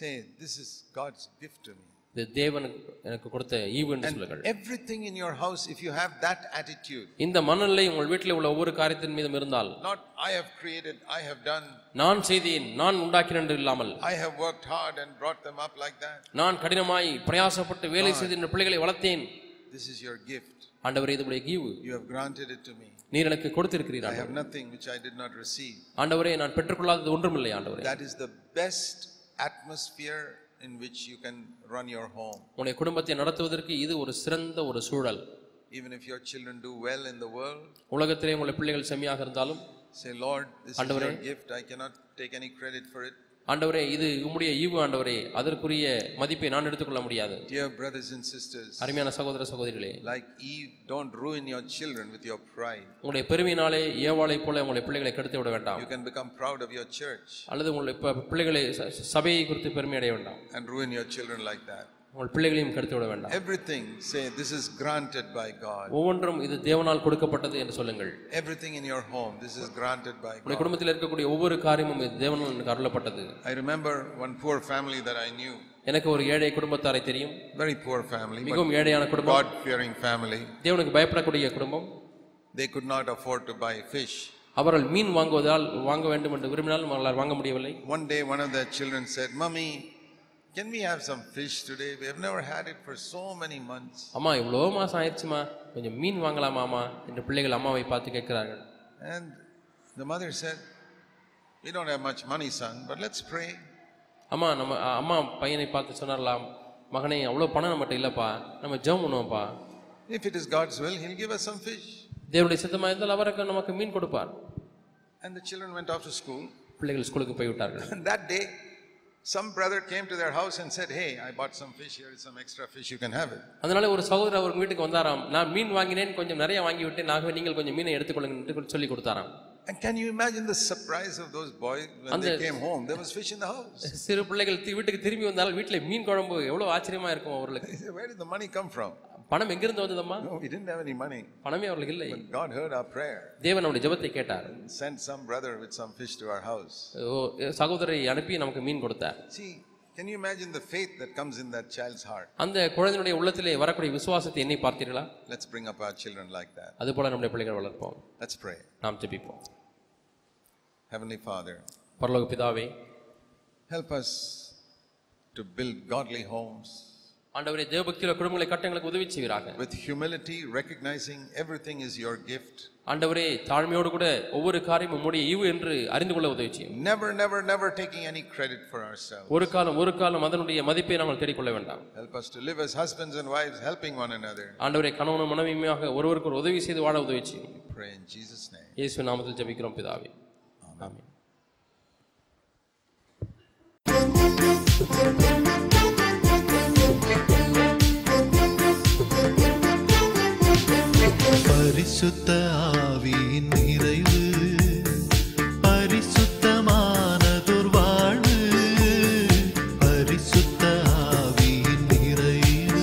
S1: Say, this is God's gift to me.
S2: இது தேவன் எனக்கு கொடுத்த ஈவு என்று சொல்லுங்கள்
S1: Everything in your house, if you have that attitude,
S2: இந்த மனநிலை உங்கள் வீட்டில் உள்ள ஒவ்வொரு காரியத்தின் மீதும் இருந்தால்
S1: not I have created, I have done,
S2: நான் செய்தேன் நான் உண்டாக்கினேன் என்று இல்லாமல்
S1: I have worked hard and brought them up like that.
S2: நான் கடினமாய் பிரயாசப்பட்டு வேலை செய்து இந்த பிள்ளைகளை வளர்த்தேன்
S1: This is your gift.
S2: ஆண்டவரே இது உடைய ஈவு
S1: You have granted it to me.
S2: நீர் எனக்கு
S1: I
S2: கொடுத்திருக்கிறீர்கள்
S1: have nothing which I did not receive.
S2: ஆண்டவரே நான் பெற்றுக்கொள்ளாதது ஒன்றுமில்லை ஆண்டவரே
S1: That is the best atmosphere in which you can run your home.
S2: உன்னுடைய குடும்பத்தை நடத்துவதற்கு இது ஒரு சிறந்த ஒரு சூழல்
S1: Even if your children do well in the world,
S2: உலகத்திலே உங்கள் பிள்ளைகள் செம்மையாக இருந்தாலும்
S1: Say, Lord, this is your gift. I cannot take any credit for it.
S2: ஆண்டவரே இது உம்முடைய ஈவு ஆண்டவரே அதற்குரிய மதிப்பை நான் எடுத்துக்கொள்ள முடியாது
S1: Dear brothers and sisters,
S2: அருமையான சகோதர சகோதரிகளே
S1: like Eve, don't ruin your children with your pride.
S2: உங்களுடைய பெருமையினாலே ஏவாளை போல உங்களுடைய பிள்ளைகளை கெடுத்து விட வேண்டாம்
S1: You can become proud of your church
S2: அல்லது உங்களுடைய ப- பிள்ளைகளை ச- சபையை குறித்து பெருமை அடைய வேண்டாம்
S1: and ruin your children like that.
S2: உங்கள் பிள்ளைகளையும் கெடுத்து விட வேண்டாம்
S1: Everything, say, this is granted by God.
S2: ஒவ்வொன்றும் இது தேவனால் கொடுக்கப்பட்டது என்று சொல்லுங்கள்
S1: Everything in your home, this is granted by God.
S2: உங்களுடைய குடும்பத்தில் இருக்கக்கூடிய ஒவ்வொரு காரியமும் இது தேவனால் எனக்கு அருளப்பட்டது
S1: I remember one poor family that I knew,
S2: எனக்கு ஒரு ஏழை குடும்பத்தாரை தெரியும்
S1: very poor family, but
S2: மிகவும் ஏழையான குடும்பம்
S1: God fearing family.
S2: தேவனுக்கு பயப்படக்கூடிய குடும்பம்
S1: They could not afford to buy fish.
S2: அவர்கள் மீன் வாங்குவதால் வாங்க வேண்டும் என்று விரும்பினாலும் அவர்களால் வாங்க முடியவில்லை
S1: One day, one of their children said, Mummy, can we have some fish today? We have never had it for so many months.
S2: அம்மா இவ்வளோ மாசம் ஆயிடுச்சுமா கொஞ்சம் மீன் வாங்கலாமா அம்மா என்று பிள்ளைகள் அம்மாவை பார்த்து கேட்கிறார்கள்
S1: And the mother said, We don't have much money, son, but let's pray.
S2: அம்மா நம்ம அ- அம்மா பையனை பார்த்து சொன்னாரலாம் மகனே அவ்வளோ பணம் நம்மகிட்ட இல்லைப்பா நம்ம ஜெபம் பண்ணுவோம்ப்பா
S1: If it is God's will, He'll give us some fish.
S2: தேவனுடைய சித்தமாக இருந்தால் அவருக்கு நமக்கு மீன் கொடுப்பார்
S1: And the children went off to school.
S2: பிள்ளைகள் ஸ்கூலுக்கு போய்விட்டார்கள்
S1: And that day, Some brother came to their house and said, Hey, I bought some fish. Here is some extra fish. You can have it.
S2: அதனால ஒரு சகோதரர் அவங்க வீட்டுக்கு வந்தாராம் நான் மீன் வாங்கினேன் கொஞ்சம் நிறைய வாங்கி விட்டேன் ஆகவே நீங்கள் கொஞ்சம் மீனை எடுத்துக்கொள்ளுங்கன்னு சொல்லி கொடுத்தாராம்
S1: And can you imagine the surprise of those boys when they
S2: Andha-
S1: came home? There was fish in the house.
S2: சிறு பிள்ளைகள் தி- வீட்டுக்கு திரும்பி வந்தால் வீட்டில் மீன் குழம்பு எவ்வளோ ஆச்சரியமா இருக்கும் அவர்களுக்கு
S1: They said, Where did the money come from?
S2: பணம் எங்கிருந்து வந்ததம்மா
S1: No, we didn't have any money.
S2: பணமே அவர்களுக்கு இல்லை
S1: But God heard our prayer
S2: தேவன் அவருடைய ஜெபத்தை கேட்டார்
S1: and sent some brother with some fish to our house.
S2: ஓ, சகோதரரை அனுப்பி நமக்கு மீன் கொடுத்தார்
S1: See, can you imagine the faith that comes in that child's heart?
S2: அந்த குழந்தையுடைய உள்ளத்திலே வரக்கூடிய விசுவாசத்தை என்னை பார்த்தீர்களா
S1: Let's bring up our children like that.
S2: அதுபோல நம்முடைய பிள்ளைகள் வளர்ப்போம்
S1: Let's pray.
S2: நாம் ஜெபிப்போம்
S1: Heavenly Father,
S2: பரலோக பிதாவே
S1: help us to build godly homes
S2: ஆண்டவரே தேவபக்தியில குடும்பங்களை கட்டங்களுக்கு உதவி செய்வீராக
S1: with humility, recognizing everything is your gift.
S2: ஆண்டவரே தாழ்மையோடு கூட ஒவ்வொரு காரியமும் உம்முடைய ஈவு என்று அறிந்து கொள்ள உதவி செய்யும்
S1: Never, never, never taking any credit for ourselves.
S2: ஒரு காலம் ஒரு காலம் அதனுடைய மதிப்பை நாங்கள் தேடிக்கொள்ள வேண்டாம்
S1: Help us to live as husbands and wives, helping one another.
S2: ஆண்டவரே கணவனும் மனைவியுமாக ஒருவருக்கு ஒரு உதவி செய்து வாழ உதவி செய்யும்
S1: Pray in Jesus' name.
S2: இயேசு நாமத்தில் ஜெபிக்கிறோம் பிதாவே ஆமென்
S4: பரிசுத்த ஆவியின் நிறைவு பரிசுத்தமானதொரு வாழ்வு பரிசுத்த ஆவியின் நிறைவு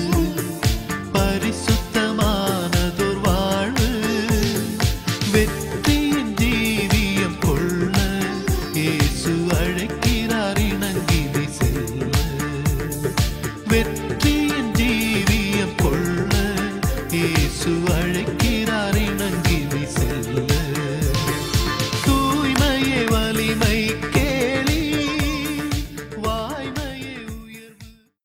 S4: பரிசுத்தமானதொரு வாழ்வு வெற்றியின் ஜீவியம் கொள்ள இயேசு அழைக்கிறார் இணங்கினை செல்ல வெற்றியின் ஜீவியம் கொள்ள இயேசு அழைக்கிறார் இணங்கி